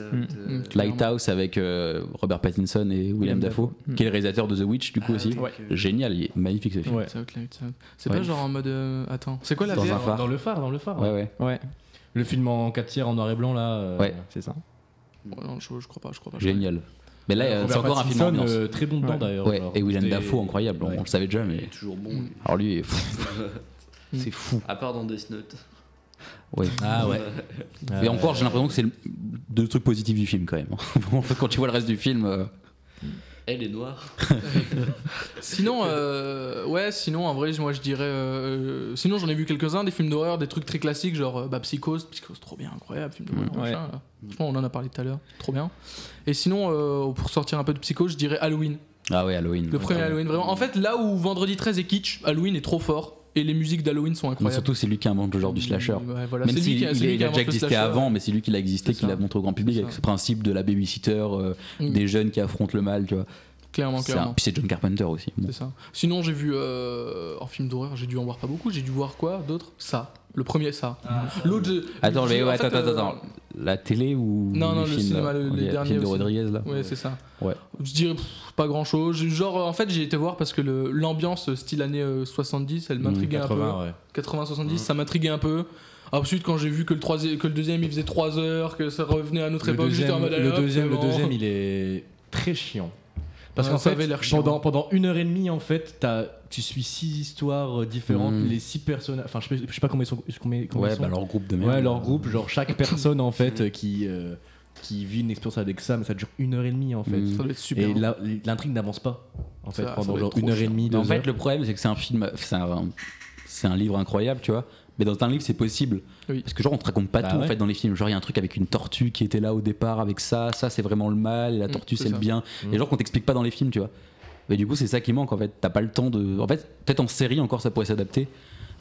euh,
Mm.
Lighthouse avec euh, Robert Pattinson et William
William
Dafoe,
Dafoe.
qui est le réalisateur de The Witch, du coup,
Ah
aussi.
oui, ok.
Génial, il est magnifique ce film.
Ouais.
C'est ok, c'est ok. C'est
Ouais.
pas genre en mode. euh, Attends, c'est quoi la
Dans un
VR
phare.
Dans le phare, dans le phare.
Ouais, ouais.
Ouais,
Le film en 4 tiers en noir et blanc là. euh,
Ouais.
[laughs] c'est ça.
Ouais, non, je, je crois pas, je crois pas. je crois
Génial. Mais là, euh,
Robert
c'est encore un film
Pattinson,
ambiance.
euh, très bon dedans
Ouais.
d'ailleurs.
ouais,
genre.
et William
C'était-
Dafoe, incroyable, on-
Ouais.
on le savait déjà,
Il
mais.
est toujours bon.
Mm.
lui.
Alors lui, pff,
[laughs]
c'est fou.
À part dans Death Note.
Ouais.
Ah ouais.
Et encore, [laughs] euh, j'ai l'impression que c'est le, le truc positif du film quand même. Vraiment, quand tu vois le reste du film, euh,
Elle est noire.
[laughs]
Sinon, euh, ouais, sinon, en vrai, moi je dirais. euh, euh, sinon, j'en ai vu quelques-uns, des films d'horreur, des trucs très classiques, genre euh, bah, Psychose, Psychose, trop bien, incroyable, film d'horreur,
Ouais.
machin, là. Franchement, on en a parlé tout à l'heure, trop bien. Et sinon, euh, pour sortir un peu de Psychose, je dirais Halloween,
Ah oui, Halloween.
le premier Halloween, vraiment. En fait, là où Vendredi 13 est kitsch, Halloween est trop fort, et les musiques d'Halloween sont
Mais
incroyables.
surtout, c'est lui qui invente le genre du slasher.
Ouais, voilà,
Même
c'est lui
s'il
qui a- c'est lui qui
a
inventé
déjà
le
existé
slasher.
avant, mais c'est lui qui l'a existé,
C'est
qui
ça.
la montre au grand public
C'est
avec
ça.
ce principe de la babysitter, euh,
Mm.
des jeunes qui affrontent le mal, tu vois.
Clairement,
C'est un-
clairement.
Puis c'est John Carpenter aussi. Bon.
C'est ça. Sinon, j'ai vu euh, en film d'horreur, j'ai dû en voir pas beaucoup. J'ai dû voir quoi d'autre Ça. Le premier, ça. L'autre. je-
Attends,
je-
mais
en
ouais,
fait,
attends, attends,
euh,
attends. La télé ou
Non, non,
les
le
films, euh,
cinéma,
là
le-
Ok,
les
le
derniers
film de
aussi.
Rodriguez là.
Ouais, c'est ça.
Ouais.
Je dirais pff, pas grand chose. Genre, en fait, j'ai été voir parce que le- l'ambiance euh, style année euh, 70, elle m'intriguait un
80, Mmh, ouais. Mmh.
peu. 80-70, ça m'intriguait un peu. Ensuite, quand j'ai vu que le, troisième, que le deuxième il faisait 3 heures, que ça revenait à notre
Le
époque, j'étais en
deuxième,
mode
le
alors,
deuxième, le
c'est bon.
deuxième, il est très chiant. Parce
Ouais,
qu'en
ça
fait,
avait l'air chiant.
pendant, pendant une heure et demie, en fait, t'as- tu suis six histoires euh, différentes,
Mhm.
les six personnages. Enfin, je sais, je sais pas combien ils sont. Combien, combien
Ouais,
ils sont.
bah leur groupe de merde.
ouais, leur groupe, genre [coughs] chaque personne en fait euh, qui, euh, qui vit une expérience avec ça, mais ça dure une heure et demie en fait.
Mhm.
Ça doit être super. hein.
Et là, l'intrigue n'avance pas en fait
Ça- ça
pendant
doit
genre
être
une
trop
heure et demie,
Mais
deux
en fait,
heures.
le problème, c'est que c'est un film, c'est un, c'est un livre incroyable, tu vois. Mais dans un livre, c'est possible.
Oui.
Parce que, genre, on te raconte pas
Bah
tout, en
ouais.
fait, dans les films. Genre, il y a un truc avec une tortue qui était là au départ, avec ça, ça, c'est vraiment le mal, et la
Mm,
tortue,
c'est
c'est le
ça.
bien. Et genre, qu'on t'explique pas dans les films, tu vois. Mais du coup, c'est ça qui manque, en fait. T'as pas le temps de. En fait, peut-être en série encore, ça pourrait s'adapter.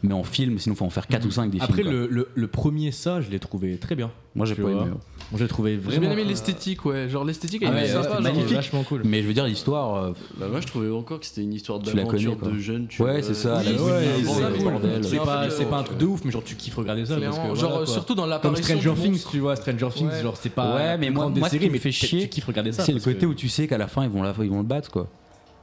Mais en film, sinon, faut en faire 4
Mm.
ou 5 des
Après,
films. quoi.
le, le- le premier, ça, je l'ai trouvé très bien.
Moi, j'ai
tu
pas
vois.
aimé.
Bon, je l'ai trouvé
J'ai
vraiment. euh,
bien aimé l'esthétique, ouais. Genre, l'esthétique, elle
Ah
est
ouais,
sympa.
ouais,
genre,
magnifique.
vachement cool.
Mais je veux dire, l'histoire. euh,
Bah moi je trouvais encore que c'était une histoire
Tu la
d'aventure
connais, quoi.
de jeunes. tu
Ouais,
vois.
c'est ça,
Oui,
la
oui,
ouais,
oui,
c'est
oui,
ça,
oui,
cool.
bordel.
C'est pas,
Ouais.
c'est pas un truc de ouf, mais genre tu kiffes regarder ça. hein, Parce que,
clairement,
voilà,
genre,
quoi.
surtout dans
Comme
l'apparition.
Stranger
du
Things,
monstre.
tu vois, Stranger Things,
Ouais.
genre c'est pas.
Ouais, mais
une
moi-
grande des
moi, ce qui
séries,
me
mais
fait
tu-
chier,
tu kiffes regarder ça.
c'est le
parce que-
côté où tu sais qu'à la fin, ils vont, la... ils vont le battre, quoi.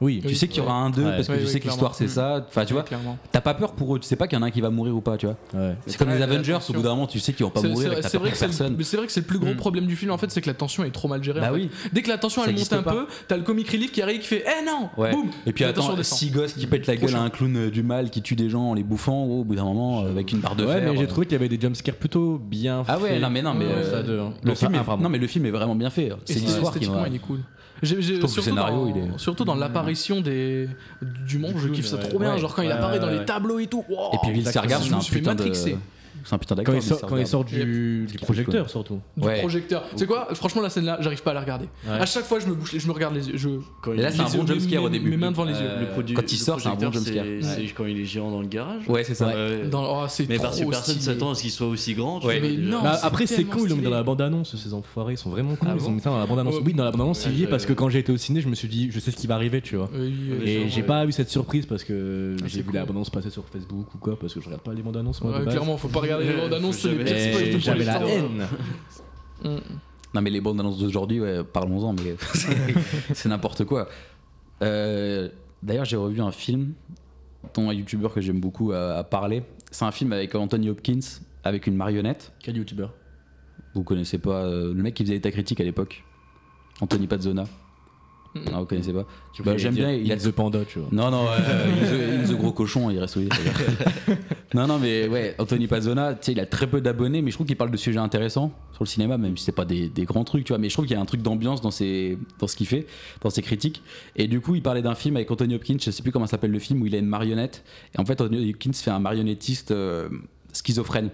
Oui,
Tu
Oui.
sais qu'il y aura un 2
Ouais.
parce que
Ouais,
tu
ouais,
sais que l'histoire, c'est ça.
Ah,
Enfin, tu vois,
clairement.
t'as pas peur pour eux. Tu sais pas qu'il y en a un qui va mourir ou pas, tu vois.
Ouais.
C'est comme
Ouais,
les
mais
Avengers, au
attention.
bout d'un moment, tu sais qu'ils vont pas
C'est-
mourir
c'est-
et que t'as
C'est
pas
vrai,
peur
que
pour
c'est le-
personne.
mais c'est vrai que c'est le plus gros
Mm.
problème du film, en fait, c'est que la tension est trop mal gérée.
Bah
en fait.
oui.
Dès que la tension
Ça
elle monte
existe
un
pas.
peu, t'as le comic relief qui arrive qui fait Eh non
Ouais.
Boum
Et puis
La tension
attends,
descend.
six gosses qui pètent la gueule à un clown euh, du mal qui tue des gens en les bouffant, oh, au bout d'un moment, euh, avec une barre de
Ouais,
fer.
mais
euh.
j'ai trouvé qu'il y avait des jumpscares plutôt bien
Ah ouais,
faits.
non, mais non, mais.
Ouais,
euh,
ça, deux, hein.
Le
Enfin,
film
un,
est...
vraiment.
Non, mais le film est vraiment bien fait.
Et
C'est l'histoire qui
esthétiquement,
m'a.
il est cool. J'ai- j'ai-
Je trouve que le
surtout,
scénario,
dans,
il est-
surtout dans l'apparition des, du monstre, je kiffe ça
ouais.
trop bien.
Ouais.
Genre quand il
Ouais,
apparaît
ouais,
dans les
ouais.
tableaux et tout. wow.
Et puis Bill
Exactement.
Sargard,
Je
c'est
me
un
suis fait
putain de.
matrixer.
C'est un putain
Quand
d'acteur.
il sort,
Bill
quand il
Skarsgård.
sort du, du projecteur, surtout.
Du
Ouais.
projecteur. C'est quoi Franchement, la scène là, j'arrive pas à la regarder.
Ouais.
À chaque fois, je me bouche, les- je me regarde les yeux. Je...
Quand
Et là,
il-
c'est un
les
bon
yeux,
jumpscare au
mes-
début.
Mes mains devant les yeux.
le produit-
quand il
le
sort, c'est un bon
projecteur,
jumpscare.
c'est- C'est quand il est géant dans le garage.
Ouais, c'est ça.
Ouais.
Dans... oh, c'est
Mais
trop
parce que personne
stylé.
s'attend à ce qu'il soit aussi grand. tu
Ouais.
vois,
Mais
déjà.
non.
Bah,
c'est
après, c'est
tellement
con, ils l'ont mis dans
stylé.
la bande-annonce, ces enfoirés, ils sont vraiment cons.
Ah
ils
bon
ont mis ça dans la bande-annonce. Oui, dans la bande-annonce,
Ouais,
il y est
je-
parce que quand j'ai été au ciné, je me suis dit, je sais ce qui va arriver, tu vois.
Oui, oui, oui.
Ouais,
Et j'ai
ouais.
pas eu cette surprise parce que
Ah, c'est
j'ai vu
cool.
la bande-annonce passer sur Facebook ou quoi, parce que je regarde pas les bandes-annonces, moi.
Ouais,
de base.
clairement, faut pas regarder les
Ouais,
bandes annonces,
faut
c'est les
jamais-
pires spoils
Et
de
j'avais la
tous les temps.
haine.
Mm.
Non, mais les bandes annonces d'aujourd'hui, ouais, parlons-en, mais [laughs] c'est- c'est n'importe quoi. Euh, D'ailleurs, j'ai revu un film dont un youtubeur que j'aime beaucoup a, a parlé. C'est un film avec Anthony Hopkins, avec une marionnette.
Quel youtubeur
Vous connaissez pas euh, le mec qui faisait ta critique à l'époque Anthony Pazzona.
Mm.
Non, vous connaissez pas
Tu
Bah,
voulais
j'aime
dire
bien, il a-
The Panda, tu vois.
Non, non, euh, il the gros cochon, il reste où il est. Non, non, mais ouais, Anthony Pazzona, tu sais, il a très peu d'abonnés, mais je trouve qu'il parle de sujets intéressants sur le cinéma, même si c'est pas des, des grands trucs, tu vois. Mais je trouve qu'il y a un truc d'ambiance dans, ses, dans ce qu'il fait, dans ses critiques. Et du coup, il parlait d'un film avec Anthony Hopkins, je sais plus comment s'appelle le film, où il a une marionnette. Et en fait, Anthony Hopkins fait un marionnettiste euh, schizophrène.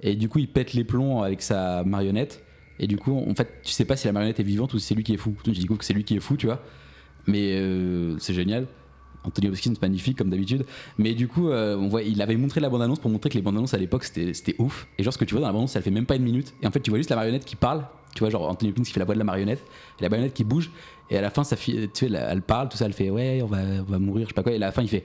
Et du coup, il pète les plombs avec sa marionnette. Et du coup, en fait, tu sais pas si la marionnette est vivante ou si c'est lui qui est fou. Tu découvres que c'est lui qui est fou, tu vois. Mais euh, c'est génial. Anthony Hopkins magnifique comme d'habitude mais du coup euh, on voit il avait montré la bande annonce pour montrer que les bandes annonces à l'époque c'était c'était ouf et genre ce que tu vois dans la bande annonce elle fait même pas une minute et en fait tu vois juste la marionnette qui parle tu vois genre Anthony Hopkins qui fait la voix de la marionnette et la marionnette qui bouge et à la fin ça fi- tu sais, elle, elle parle tout ça elle fait ouais on va, on va mourir je sais pas quoi et à la fin il fait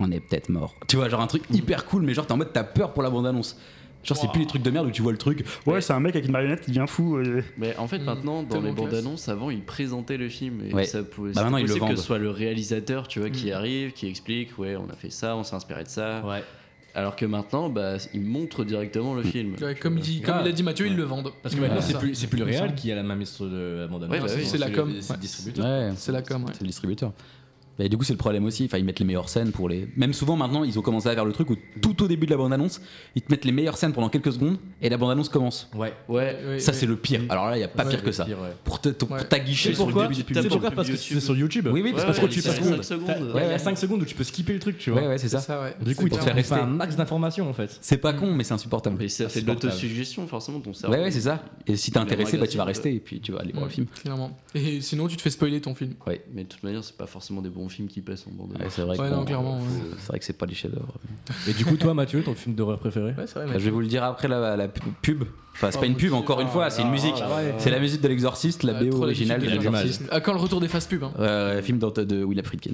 on est peut-être mort tu vois genre un truc hyper cool mais genre t'es en mode t'as peur pour la bande annonce genre c'est plus les trucs de merde où tu vois le truc
Ouais, c'est un mec avec une marionnette qui devient fou. euh,
Mais en fait,
Mm,
maintenant, dans
tellement
les bandes
classe.
annonces, avant, ils présentaient le film. Et
Ouais.
ça pouvait,
Bah, maintenant,
c'était
ils le
possible que
vendent.
ce soit le réalisateur, tu vois,
Mm.
qui arrive, qui explique, ouais, on a fait ça, on s'est inspiré de ça.
Ouais.
Alors que maintenant, bah, ils montrent directement le film.
Ouais, comme, il dit,
Grave.
comme il a dit Mathieu, ils le vendent.
Parce que maintenant,
Ouais.
c'est plus, c'est plus
Il
le
me
réel
semble.
qui a la main mise sur le- la bande
Ouais, bah oui,
c'est la com.
C'est
Ouais.
le distributeur.
ouais
C'est la com, ouais.
c'est le distributeur Bah, Et du coup, c'est le problème aussi. Enfin, ils mettent les meilleures scènes pour les. Même souvent maintenant, ils ont commencé à faire le truc où tout au début de la bande-annonce, ils te mettent les meilleures scènes pendant quelques secondes et la bande-annonce commence.
Ouais.
Ouais.
Oui,
ça,
oui.
c'est le pire. Alors là, il n'y a pas
Ouais,
pire que ça.
pire, ouais.
Pour te- te- pour
Ouais.
t'aguicher
Et
sur le
pourquoi
début du pub.
Tu sais pourquoi
pub
Parce que
YouTube.
c'est sur YouTube.
Oui, oui, parce
Ouais,
que
ouais,
tu
il y
passes
a cinq
secondes.
secondes.
T'as- Il y a 5 secondes où tu peux skipper le truc, tu vois.
Ouais, ouais, c'est ça.
ouais.
Du coup,
C'est
il te
pour faire
fait
rester.
un max d'informations en fait.
C'est pas con, mais c'est insupportable.
Mais ça fait de
Insupportable.
l'autosuggestion, forcément, ton cerveau.
Ah, Ouais, ouais, c'est ça. Et si t'es
Il a
intéressé, bah,
magasiné,
tu vas
ouais.
rester et puis tu vas aller voir le film.
Clairement. Et sinon, tu te fais spoiler ton film.
Mais de toute manière, c'est pas forcément des bons films qui passent en bande.
Ouais, c'est vrai,
Ouais,
que
non,
bon,
clairement,
faut-
ouais.
c'est vrai que c'est pas des chefs-d'œuvre.
Et du coup, toi, Mathieu, ton film d'horreur préféré
Ouais, c'est vrai,
Je vais vous le dire après la, la pu- pub. Enfin, c'est
Oh,
pas une
mon
pub,
Dieu.
encore une
Oh
fois,
là
c'est une musique. C'est la musique de l'exorciste, la BO originale de
musique de
l'exorciste.
Ah, quand le retour des phases pub. Hein.
Euh, film d'Ant- de Willa Friedkin.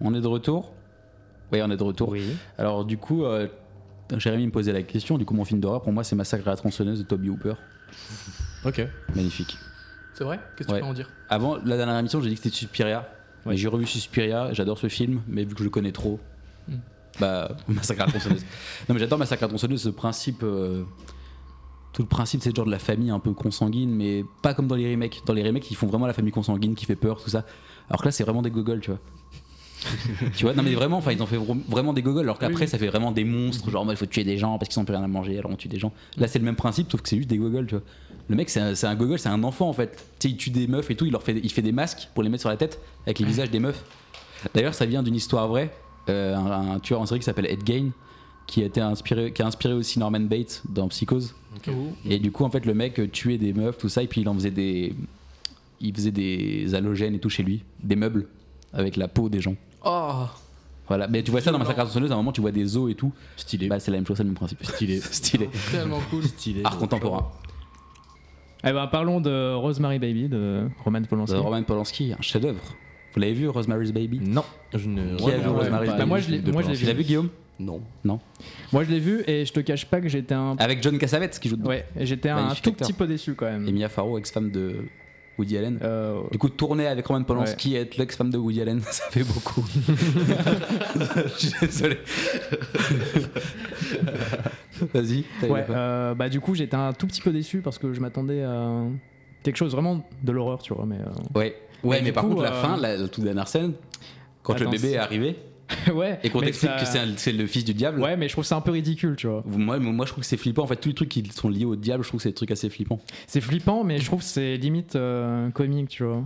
On est de retour Oui, on est de retour.
Oui.
Alors, du coup, euh, Jérémy me posait la question. Du coup, mon film d'horreur, pour moi, c'est Massacre à la tronçonneuse de Toby Hooper.
Ok.
Magnifique.
C'est vrai Qu'est-ce que
Ouais.
tu peux en dire
Avant la dernière émission, j'ai dit que c'était Suspiria. Mais j'ai revu Suspiria, j'adore ce film, mais vu que je le connais trop,
Mm.
bah [laughs] Massacre à la tronçonneuse. non mais j'adore Massacre à la tronçonneuse, ce principe, euh, tout le principe, c'est le genre de la famille un peu consanguine, mais pas comme dans les remakes. Dans les remakes, ils font vraiment la famille consanguine qui fait peur, tout ça. Alors que là, c'est vraiment des gogoles, tu vois. tu vois, non mais vraiment, enfin ils en fait vr- vraiment des gogoles, alors qu'après ça fait vraiment des monstres, genre il faut tuer des gens parce qu'ils ont plus rien à manger, alors on tue des gens. Là c'est le même principe, sauf que c'est juste des gogoles, tu vois. Le mec c'est un, c'est un gogol, c'est un enfant en fait. Tu sais, il tue des meufs et tout, il leur fait, il fait des masques pour les mettre sur la tête avec les visages des meufs. D'ailleurs, ça vient d'une histoire vraie, euh, un, un tueur en série qui s'appelle Ed Gein, qui a, été inspiré, qui a inspiré aussi Norman Bates dans Psychose.
Oh.
Et du coup, en fait, le mec euh, tuait des meufs, tout ça, et puis il en faisait des. Il faisait des halogènes et tout chez lui, des meubles, avec la peau des gens.
Oh
Voilà. Mais tu vois ça dans Massacre à la tronçonneuse, à un moment tu vois des os et tout.
Stylé.
Bah, c'est la même chose, c'est le même principe. [laughs]
Stylé.
Stylé.
Tellement cool.
Stylé.
Art contemporain.
Eh ben, parlons de Rosemary Baby de Roman Polanski.
De Roman Polanski, un chef-d'œuvre. Vous l'avez vu, Rosemary's Baby
Non, je ne.
Qui a vu
Ouais,
Rosemary's
pas-
Baby
moi, je l'ai-
de
moi, je l'ai
Polanski.
Tu l'as vu, Guillaume
Non.
Non.
Moi, je l'ai vu et je te cache pas que j'étais un.
Avec John Cassavetes qui joue dedans.
Ouais, et j'étais un
Magnifique
tout
acteur.
petit peu déçu quand
Et
même.
Mia Farrow, ex-femme de Woody Allen.
Euh,
Du coup, tourner avec Roman Polanski et être l'ex-femme de Woody Allen, [laughs] ça fait
[laughs]
beaucoup. Je suis désolé. Vas-y. t'as eu
ouais,
quoi
euh, bah du coup, j'étais un tout petit peu déçu parce que je m'attendais à quelque chose vraiment de l'horreur, tu vois. Mais euh, [laughs]
ouais. Ouais, mais,
du
par
coup,
contre, la
euh,
fin, la, la toute dernière scène, quand
Attends,
le bébé
c'est-
est arrivé
ouais.
et qu'on
mais
t'explique
ça-
que c'est un- c'est le fils du diable.
Ouais, mais je trouve ça un peu ridicule, tu vois.
vous- Moi, moi, je trouve que c'est flippant. En fait, tous les trucs qui sont liés au diable, je trouve que c'est des trucs assez flippants.
C'est flippant, mais je trouve que c'est limite euh, comique, tu vois.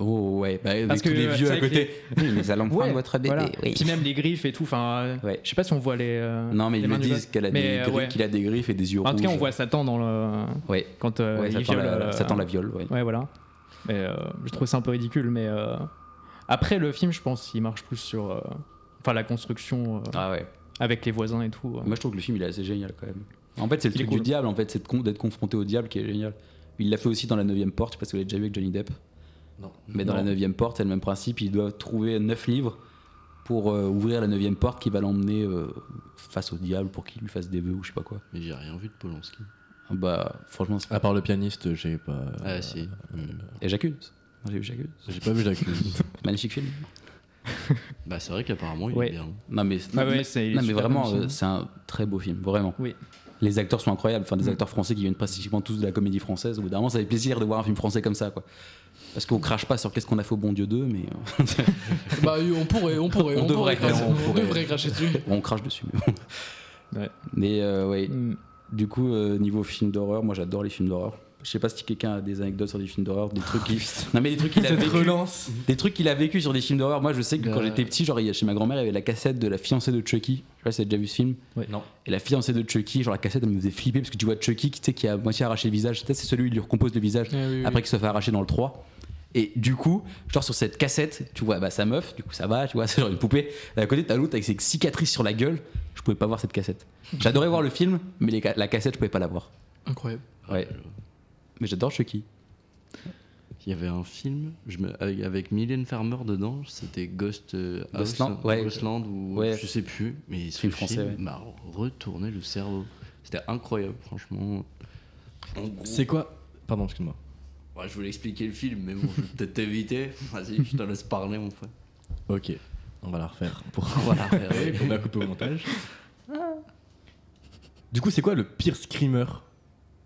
Oh ouais, bah, avec
Parce
tous
que,
les
euh,
vieux à
c'est vrai que
côté. Oui, mais ça l'emprunte
Ouais,
votre bébé.
Voilà.
oui.
Puis même les griffes et tout. Enfin, euh,
Ouais.
je sais pas si on voit les. euh,
Non, mais
les
ils
mains
me
du
disent qu'elle a des
Mais, euh,
griffes,
ouais.
qu'il a des griffes et des yeux
bas. En tout cas,
rouges.
on voit Satan dans le
Ouais,
quand euh,
ouais,
il
Satan
viole.
la-
euh,
Satan la viole. ouais.
Ouais, voilà. Mais euh, je trouve ça un peu ridicule, mais euh, après le film, je pense qu'il marche plus sur, euh, enfin la construction euh,
Ah ouais.
avec les voisins et tout. euh.
Moi, je trouve que le film, il est assez génial quand même. En fait, c'est le
Il est
truc
cool.
du diable, en fait, c'est de con- d'être confronté au diable qui est génial. Il l'a fait aussi dans La 9 porte, je sais pas si vous l'avez déjà vu avec Johnny Depp.
Non.
Mais dans
Non.
La 9 porte, c'est le même principe, il doit trouver 9 livres pour euh, ouvrir la 9 porte qui va l'emmener euh, face au diable pour qu'il lui fasse des vœux ou je sais pas quoi.
Mais j'ai rien vu de Polanski.
Bah, franchement, c'est
À part le pianiste, j'ai pas.
Ah si.
Et j'accuse. Moi, J'ai vu j'accuse.
J'ai pas vu J'accuse.
Magnifique film.
Bah c'est vrai qu'apparemment il
Ouais.
est bien.
Non, mais,
Ah ouais,
mais-
c'est- il est
non, mais
super
vraiment,
bon film.
euh, c'est un très beau film, vraiment.
Oui.
Les acteurs sont incroyables, enfin des
Mm.
acteurs français qui viennent pratiquement tous de la comédie française. Au bout d'un moment, ça fait plaisir de voir un film français comme ça, quoi. Parce qu'on crache pas sur qu'est-ce qu'on a fait au bon Dieu 2, mais euh,
Bah, oui, on pourrait, on pourrait,
On
on,
devrait,
pourrait, cracher-
on
on
pourrait.
devrait cracher dessus.
on crache dessus. Mais, bon.
Ouais.
Mais, euh, ouais.
Mm.
Du coup, euh, niveau film d'horreur, moi j'adore les films d'horreur. Je sais pas si quelqu'un a des anecdotes sur des films d'horreur, des trucs qui. Non mais des trucs qu'il a vécu.
relance.
Des trucs qu'il a vécu sur des films d'horreur. Moi je sais que quand
Bah.
j'étais petit, genre il y a- chez ma grand-mère, il y avait la cassette de la fiancée de Chucky. Je sais pas si t'as déjà vu ce film.
Non.
Et la fiancée de Chucky, genre la cassette, elle me faisait flipper parce que tu vois Chucky qui, tu sais, qui a à moitié arraché le visage. Tu sais, C'est celui qui lui recompose le visage
Ah oui, oui.
après qu'il se fait arracher dans le 3. Et du coup, genre sur cette cassette, tu vois bah, sa meuf, du coup ça va, tu vois, [laughs] c'est genre une poupée. Et à côté, t'as l'autre avec ses cicatrices sur la gueule. Je pouvais pas voir cette cassette. J'adorais voir le film, mais les ca- la cassette, je pouvais pas la voir.
Incroyable.
Ouais. Mais j'adore Chucky.
Il y avait un film je me, avec, avec Mylène Farmer dedans, c'était Ghost euh, House,
Ghostland,
euh,
ouais.
Ghostland ou
Ouais.
je sais plus, mais ce
Film
film
français, ouais.
m'a retourné le cerveau. C'était incroyable, franchement. En gros,
C'est quoi Pardon, excuse-moi.
ouais, je voulais expliquer le film, mais bon, je vais
[laughs]
peut-être t'éviter. Vas-y, je te laisse parler, mon frère.
Ok. On va la refaire.
[laughs]
Pour...
[laughs] Voilà.
[laughs] On va couper au montage. Du coup, c'est quoi le pire screamer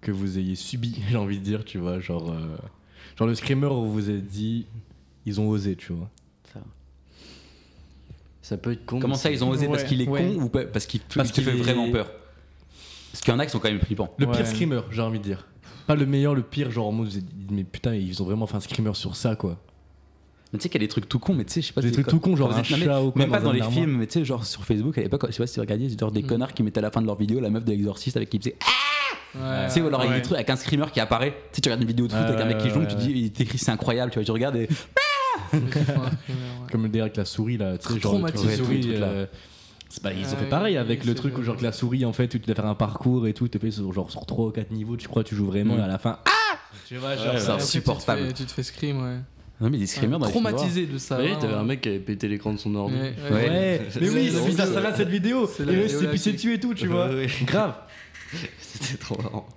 que vous ayez subi [laughs] J'ai envie de dire, tu vois, genre, euh, genre le screamer où vous vous êtes dit, ils ont osé, tu vois.
Ça peut être con.
Comment
mais
ça, ils ont osé parce
Ouais,
qu'il est
ouais.
con ou pas- parce qu'il
Parce
parce qu'il fait
qu'il est-
vraiment peur Parce qu'il y en a qui sont quand même flippants.
Le
Ouais.
pire screamer, j'ai envie de dire. Pas le meilleur, le pire, genre en mode, vous êtes dit, mais putain, ils ont vraiment fait un screamer sur ça, quoi.
Mais tu sais qu'il y a des trucs tout cons, mais tu sais, je sais pas.
Des
c'est
trucs
quoi.
tout cons, genre
Vous
un
êtes- non, mais-
chat ou quoi.
Même pas dans
un
les
armoire.
films, mais tu sais, genre sur Facebook à l'époque, je sais pas si tu regardais, genre des
Mm.
connards qui mettaient à la fin de leur vidéo la meuf de l'exorciste avec qui faisait. Ah
Euh, Ouais.
tu sais, ou alors il y a
ouais.
des trucs avec un screamer qui apparaît. Tu sais, tu regardes une vidéo de foot
Ouais,
avec un mec qui
ouais,
jongle,
ouais,
tu dis, il t'écrit, c'est incroyable, tu vois, tu regardes et.
[laughs] Comme le délire avec la souris là, tu sais, genre le truc,
Traumatisé,
la souris,
tout, tout, là.
euh, c'est pas- ils ont
Ah
fait pareil
oui,
avec
c'est
le truc où
vrai.
genre que la souris en fait, tu dois faire un parcours et tout, tu fais sur- genre sur 3 ou 4 niveaux, tu crois que tu joues vraiment
Mm.
et à la fin. Ah Tu vois, genre
ouais.
ça.
C'est insupportable.
Tu te fais, tu te fais scream, ouais.
Non, mais des screamers dans les films d'horreur.
Traumatisé de ça.
Ouais,
vraiment.
t'avais un mec qui avait pété l'écran de son ordi.
Ouais, ouais.
hein Ouais.
Ouais,
[laughs]
mais
C'est
oui,
la
c'est
vidéo,
bizarre, ça là
ouais.
cette vidéo.
C'est
Et
la
le mec
vidéo
s'est
là
pissé
qui-
dessus et tout, tu vois. [laughs] Grave.
C'était trop marrant.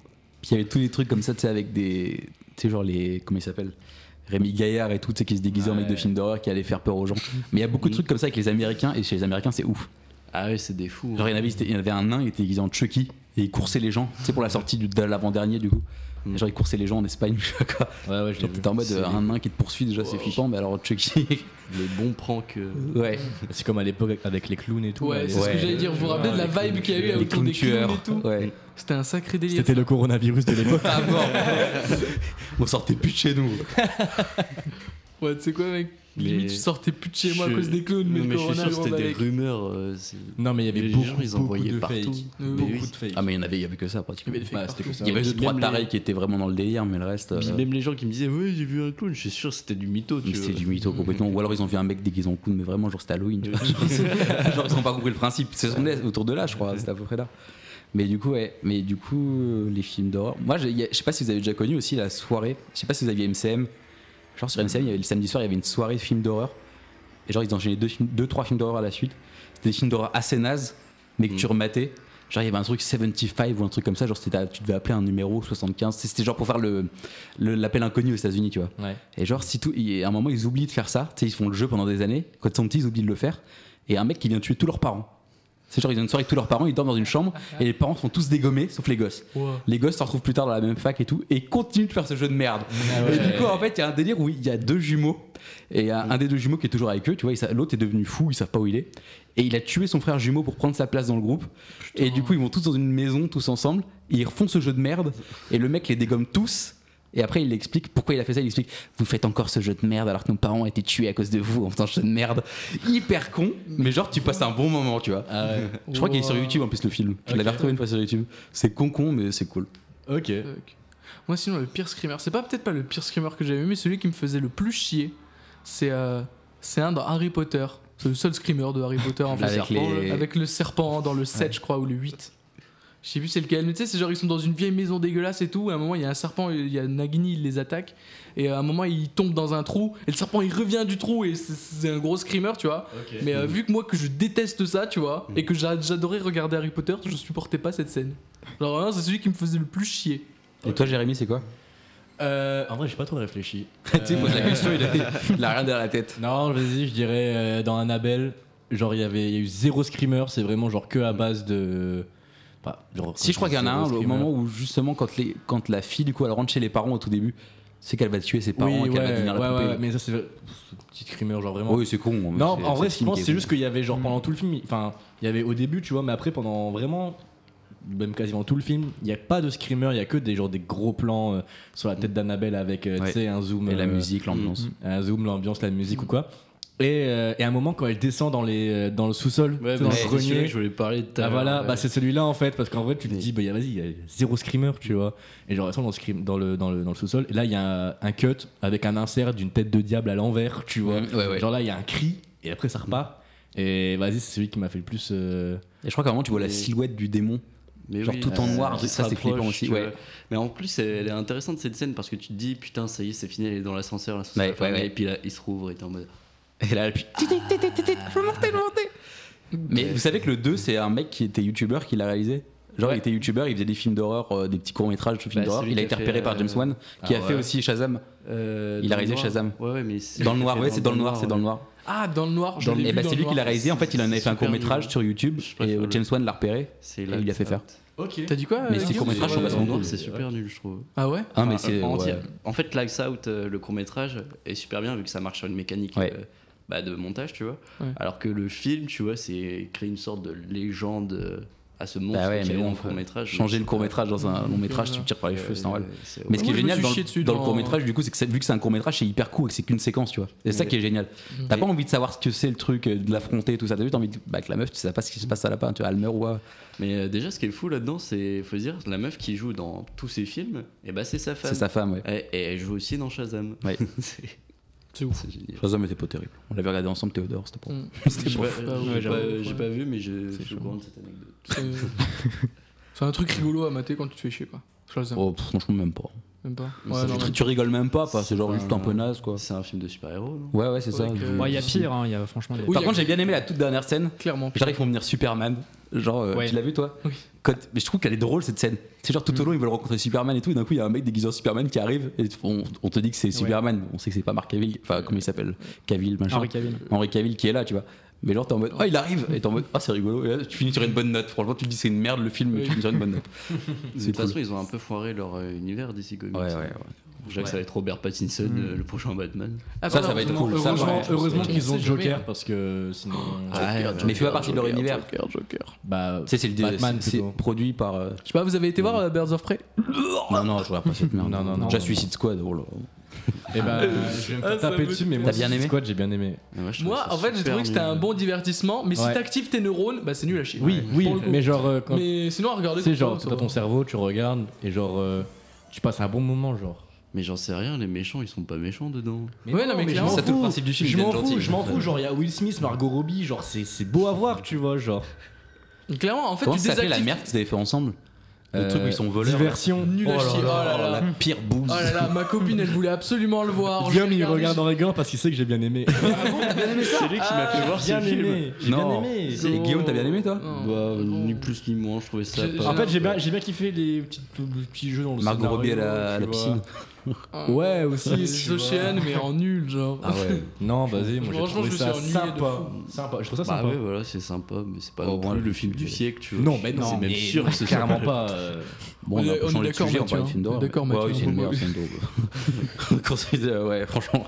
Puis il y avait tous les trucs comme ça, tu sais, avec des. Tu sais, genre les. Comment ils s'appellent Rémi Gaillard et tout, tu sais, qui se déguisait en mec de
Ouais.
film d'horreur, qui allait faire peur aux gens. Mais il y a beaucoup de trucs comme ça avec les Américains, et chez les Américains, c'est ouf.
Ah ouais, c'est des fous.
Genre, il y en avait, c'était- il y en avait un nain, il était déguisé en Chucky, et il coursait les gens, tu sais, pour la sortie du- de l'avant-dernier, du coup.
Mm.
Genre, il coursait les gens en Espagne, [laughs] je sais pas quoi.
Ouais, ouais, je l'ai
Genre,
vu.
t'es en mode
C'est-
euh, un nain qui te poursuit, déjà, c'est
Wow.
flippant, mais alors Chucky.
Le bon prank. euh,
ouais.
C'est comme à l'époque avec les clowns et tout. là,
Ouais,
les-
c'est ce
Ouais.
que j'allais dire. Vous vous rappelez de la vibe qu'il y a eu
Les
autour
clowns
des clowns
tueurs.
et tout
Ouais.
C'était un sacré délire.
C'était le coronavirus de l'époque.
Ah bon On sortait plus de chez nous.
Ouais, tu sais quoi, mec
Mais
Limite, je sortais plus de chez moi à
je-
cause des clowns, mais,
Non,
le
mais je suis
corona
sûr que c'était
vendait
des
avec.
rumeurs. euh, c'est-
Non, mais il y avait
Les
beaucoup,
gens, ils
beaucoup
envoyaient
de
partout.
fakes.
Mais
oui.
Beaucoup de fakes.
Ah, mais il y en avait, il y avait que ça pratiquement.
Il y avait des
Bah,
fakes
c'était que
partout.
ça.
Il y avait deux,
Même
trois
les-
tarés qui étaient vraiment dans le délire, mais le reste.
Puis
euh,
Même les gens qui me disaient, ouais, j'ai vu un clown, je suis sûr que c'était du mytho. Tu
C'était
vois.
du mytho complètement. Ou alors ils ont vu un mec déguisé en clown, mais vraiment, genre c'était Halloween. tu vois. genre ils ont pas compris le principe. C'est ce qu'on est autour de là, je crois. C'était à peu près là. Mais du coup, ouais. Mais du coup, euh, les films d'horreur. Moi, j'ai- y a- je sais pas si vous avez déjà connu aussi la soirée. Je sais pas si vous aviez MCM. Genre sur MCM, il y avait, le samedi soir, il y avait une soirée de films d'horreur. Et genre ils enchaînaient deux, films, deux trois films d'horreur à la suite. C'était des films d'horreur assez nazes, mais que tu rematais. Genre il y avait un truc 75 ou un truc comme ça. Genre c'était à- tu devais appeler un numéro 75. C'était genre pour faire le le- l'appel inconnu aux États-Unis, tu vois.
Ouais.
Et genre, si tout, et à un moment, ils oublient de faire ça. Tu sais, ils font le jeu pendant des années. Quand ils sont petits, ils oublient de le faire. Et un mec qui vient tuer tous leurs parents. C'est genre, ils ont une soirée avec tous leurs parents, ils dorment dans une chambre et les parents sont tous dégommés, sauf les gosses.
Ouah.
Les gosses se retrouvent plus tard dans la même fac et tout, et ils continuent de faire ce jeu de merde. Et du coup, en fait, il y a un délire où il y a deux jumeaux, et un, un des deux jumeaux qui est toujours avec eux, tu vois, ils sa- l'autre est devenu fou, ils savent pas où il est, et il a tué son frère jumeau pour prendre sa place dans le groupe. Et du coup, ils vont tous dans une maison, tous ensemble, et ils refont ce jeu de merde, et le mec les dégomme tous. Et après, il explique pourquoi il a fait ça. Il explique Vous faites encore ce jeu de merde alors que nos parents étaient tués à cause de vous en faisant ce jeu de merde. Hyper con, mais genre, tu passes un bon moment, tu vois.
Ah ouais.
[laughs] Je crois qu'il est sur
Ouah.
YouTube en plus le film. Je l'avais
Ok.
retrouvé une fois sur YouTube. C'est con con mais c'est cool.
Ok.
Fuck. Moi, sinon, le pire screamer, c'est pas peut-être pas le pire screamer que j'avais vu, mais celui qui me faisait le plus chier, c'est euh, c'est un dans Harry Potter. C'est le seul screamer de Harry Potter
[laughs]
en fait.
Avec
Serpent,
les-
là. Avec le serpent dans le 7, je crois, ou le 8. Je sais plus c'est lequel, mais tu sais, c'est genre ils sont dans une vieille maison dégueulasse et tout. À un moment, il y a un serpent, il y a Nagini, il les attaque. Et à un moment, il tombe dans un trou. Et le serpent, il revient du trou. Et c'est- c'est un gros screamer, tu vois. Mais euh, vu que moi, que je déteste ça, tu vois, et que j'a- j'adorais regarder Harry Potter, je supportais pas cette scène. Genre, vraiment, c'est celui qui me faisait le plus chier.
Et toi, Jérémy, c'est
[laughs]
quoi
Euh, en vrai, j'ai pas trop réfléchi.
Tu poses la question, il a, Euh, [laughs] il a rien derrière la tête.
Non, vas-y, je dirais euh, dans Annabelle, genre il y avait il y a eu zéro screamer, c'est vraiment genre que à base de. Bah, genre,
Si je crois qu'il y en a un au moment où justement quand, les, quand la fille du coup elle rentre chez les parents au tout début, c'est qu'elle va tuer ses parents
Oui,
et
ouais,
qu'elle va devenir
ouais,
la
ouais,
poupée.
mais ça c'est pff, petit screamer genre vraiment.
Oui, c'est con. mais
non,
c'est-
en vrai,
le
je
film
pense
qui est
c'est
con.
juste qu'il y avait genre pendant tout le film, il- enfin il y avait au début, tu vois, mais après pendant vraiment même quasiment tout le film, il y a pas de screamer, il y a que des genre des gros plans euh, sur la tête d'Annabelle avec euh,
Ouais.
tu sais un zoom
Et la
euh,
musique, l'ambiance.
un zoom, l'ambiance, la musique ou quoi. Et, euh, et à un moment quand elle descend dans les euh, dans le sous-sol, tu sais, dans
mais
le
c'est celui
grenier,
que je voulais parler de euh,
Ah
Euh,
voilà,
ouais.
bah c'est celui-là en fait, parce qu'en vrai tu te
Mais-
dis, bah y a- vas-y, il y a zéro screamer, tu vois. Et genre, elles sont dans le, scream- dans le, dans le, dans le sous-sol, et là il y a un, un cut avec un insert d'une tête de diable à l'envers, tu vois.
Mm, Ouais, ouais.
Genre là il y a un cri, et après ça repart. Et vas-y, c'est celui qui m'a fait le plus. euh,
Et je crois qu'à un moment tu vois la
Mais-
silhouette du démon.
Mais
Genre tout en
euh,
noir,
qui
ça,
se
c'est
rapproche,
flippant aussi,
tu
ouais.
vois. Mais en plus, elle est intéressante cette scène parce que tu te dis, putain, ça y est, c'est fini, elle est dans l'ascenseur, l'ascenseur
Ouais,
est fermé,
ouais, ouais.
et puis là, il se rouvre et t'es en mode.
Et là, elle puis. Je je Mais vous savez que le 2, c'est un mec qui était youtubeur qui l'a réalisé Genre, il était youtubeur, il faisait des films d'horreur, euh, des petits courts-métrages de films
Bah,
d'horreur.
celui
Il a
qui a
été
fait,
repéré par
euh,
James Wan, qui
ah
a fait
ouais.
aussi Shazam.
euh,
Il
dans
a réalisé
le noir.
Shazam.
Ouais, ouais, mais c'est-
Dans le noir, ouais, c'est dans le noir, c'est dans le
ouais.
noir.
Ah, dans le noir, je
Dans-
l'ai
et
vu
bah,
dans
c'est
le
lui qui
noir.
l'a réalisé. En fait, il en avait fait un
Super
court métrage
nul.
sur YouTube
Je
et
préfère
euh,
le-
James Wan l'a repéré
C'est
et
là
il
que
l'a fait
ça
faire.
rate.
T'as dit quoi
Mais
euh,
c'est
Guillaume
court-métrage,
Sur,
je trouve
euh,
Ouais,
pas
dans le noir,
cool.
c'est super nul, je trouve.
Ah ouais
Ah, mais
Enfin, euh,
c'est.
en,
ouais.
en fait, Lights Out, euh, le court métrage, est super bien vu que ça marche sur une mécanique
Ouais.
euh, bah, de montage, tu vois.
Ouais.
Alors que le film, tu vois, c'est créer une sorte de légende euh, à ce monstre
Bah ouais,
qui
mais
est
bon,
dans le
faut
court métrage.
Changer le court métrage dans un long métrage, tu me tires
Euh,
par les cheveux, c'est normal. Mais ce qui est
Moi, je me
génial
suis
dans,
chié dessus
dans le
dans-
court métrage, du coup, c'est que c'est- vu que c'est un court métrage, c'est hyper court et que c'est qu'une séquence, tu vois. C'est ça
Ouais.
qui est génial. T'as
Mais-
pas envie de savoir ce que c'est le truc, euh, de l'affronter, tout ça. T'as juste envie de. Bah, que la meuf, tu sais pas ce qui se passe à la fin, tu vois, elle meurt ou. euh,
Mais euh, déjà, ce qui est fou là-dedans, c'est, faut se dire, la meuf qui joue dans tous ses films, et bah c'est sa femme.
C'est sa femme, ouais.
Et, et elle joue aussi dans Shazam.
Ouais.
[laughs] c'est,
C'est ouf.
c'est génial.
Shazam était pas terrible. On l'avait regardé ensemble, Théodore, c'était pour.
Mm.
[laughs] C'était
J'ai
pour.
pas,
ouais,
j'ai
j'avoue,
pas-
ouais.
j'ai pas vu, mais je je suis
chaud.
au courant de cette anecdote.
C'est c'est un truc rigolo à mater quand tu te fais chier, quoi. Je le sais
Oh, pff, franchement, même pas.
même pas.
Mais
Ouais,
c'est
non,
du
Tu-
même
Tu rigoles même pas, quoi. c'est genre
C'est
juste un peu naze, quoi.
C'est un film de super-héros, non
Ouais, ouais, c'est
Ouais,
ça.
que-
Du-
Bon, Il y a pire, hein, il y a franchement. il y a-
Oui,
Par
y a-
contre, j'ai bien aimé la toute dernière scène.
pas. clairement.
J'arrive pour venir Superman. Genre, euh,
Ouais.
tu l'as vu toi
Oui. Mm.
Quand- Mais je trouve qu'elle est drôle cette scène. C'est genre tout au long ils veulent rencontrer Superman et tout, et d'un coup il y a un mec déguisé en Superman qui arrive et on, on te dit que c'est Superman. On sait que c'est pas Marc Cavill, enfin comment il s'appelle Cavill, machin.
Henri Cavill.
Henri Cavill qui est là, tu vois. Mais genre t'es en mode, oh il arrive Et t'es en mode, ah c'est rigolo. Et là, tu finis sur une bonne note. Franchement, tu te dis c'est une merde le film, mais tu
Oui. [laughs]
finis sur une bonne note.
De
C'est
toute
cool.
façon, ils ont un peu foiré leur euh, univers d'ici Comics.
Ouais, ouais, ouais.
Je dirais que ça va être Robert Pattinson, euh, le prochain Batman.
Ah,
Ça,
bah,
ça va être
heureusement-
cool, ça,
Heureusement,
ouais.
heureusement qu'ils ont
Joker parce que sinon. euh,
mais il fait pas partie de leur univers.
Ah, Joker, Joker.
Bah,
Tu sais, Ah. c'est le
Batman,
c'est-
plutôt.
c'est produit par. euh,
Je sais pas, vous avez été voir euh, Birds of Prey Oh,
Non, non, je regarde pas cette merde.
Non, non, non.
Déjà Suicide Squad, oh là.
Et bah, je vais me faire
Ah, ça
taper
me-
dessus, mais
T'as
moi,
bien
Suicide
aimé
Squad, j'ai bien aimé.
Moi, en fait, j'ai trouvé que c'était un bon divertissement, mais si
Ouais.
t'actives tes neurones, bah c'est nul à chier.
Oui, oui,
Pour le coup.
mais genre, euh, quand
Mais euh, sinon, regardez.
tu sais, genre, t'as ton cerveau, tu regardes, et genre, euh, tu passes un bon moment, genre.
Mais j'en sais rien, les méchants, ils sont pas méchants dedans.
Ouais, non, mais
je
clairement,
m'en
c'est tout le
fous.
principe du film,
Je
d'être
m'en fous,
gentil.
je m'en fous. Genre, il y a Will Smith, Margot Robbie, genre, c'est c'est beau à voir, tu vois, genre.
Clairement, en fait,
Comment
tu
ça s'appelait la
désactives.
merde qu'ils avaient fait ensemble Le
Euh,
truc où ils sont voleurs. là.
Diversion.
Nul à chier. Oh là là.
La pire bouse.
Oh là là, ma copine, elle voulait absolument le
[laughs]
voir. Oh, Je
Guillaume,
l'ai
il
regardé,
regarde en rigolant parce qu'il sait que j'ai bien aimé.
C'est lui qui m'a fait voir
Bien aimé. J'ai bien
Non.
aimé.
Et Guillaume, t'as bien aimé toi
Oh, Non.
Bah,
euh,
ni plus ni moins, je trouvais ça
J'ai-
pas.
En fait, j'ai bien, j'ai bien kiffé les petits, les petits jeux dans le
Margot
scénario,
Robbie à la, à la
tu vois.
piscine.
j'ai-
Ouais, aussi.
The
tu Ah,
Ocean, euh, mais en nul, genre.
Ah ouais.
Non, vas-y, moi j'ai
Franchement,
trouvé
je me
ça
suis ennuyé de
sympa.
fou.
Sympa, je trouve ça
Bah
sympa.
ouais, voilà, c'est sympa, mais c'est pas
Au
non
moins,
plus
le
le film
film
du
est-
siècle, tu vois.
Non, mais non,
c'est même
mais
sûr que ce soit
carrément
pas-
pas. euh,
Bon, on
On
a
est- on est
changé de
d'accord,
sujet, on
Mathieu,
parle de
hein.
film d'horreur.
D'accord,
Ouais,
Mathieu,
oui, c'est une
on-
merde, c'est une
[laughs]
daube. Quand c'est- euh, ouais, franchement.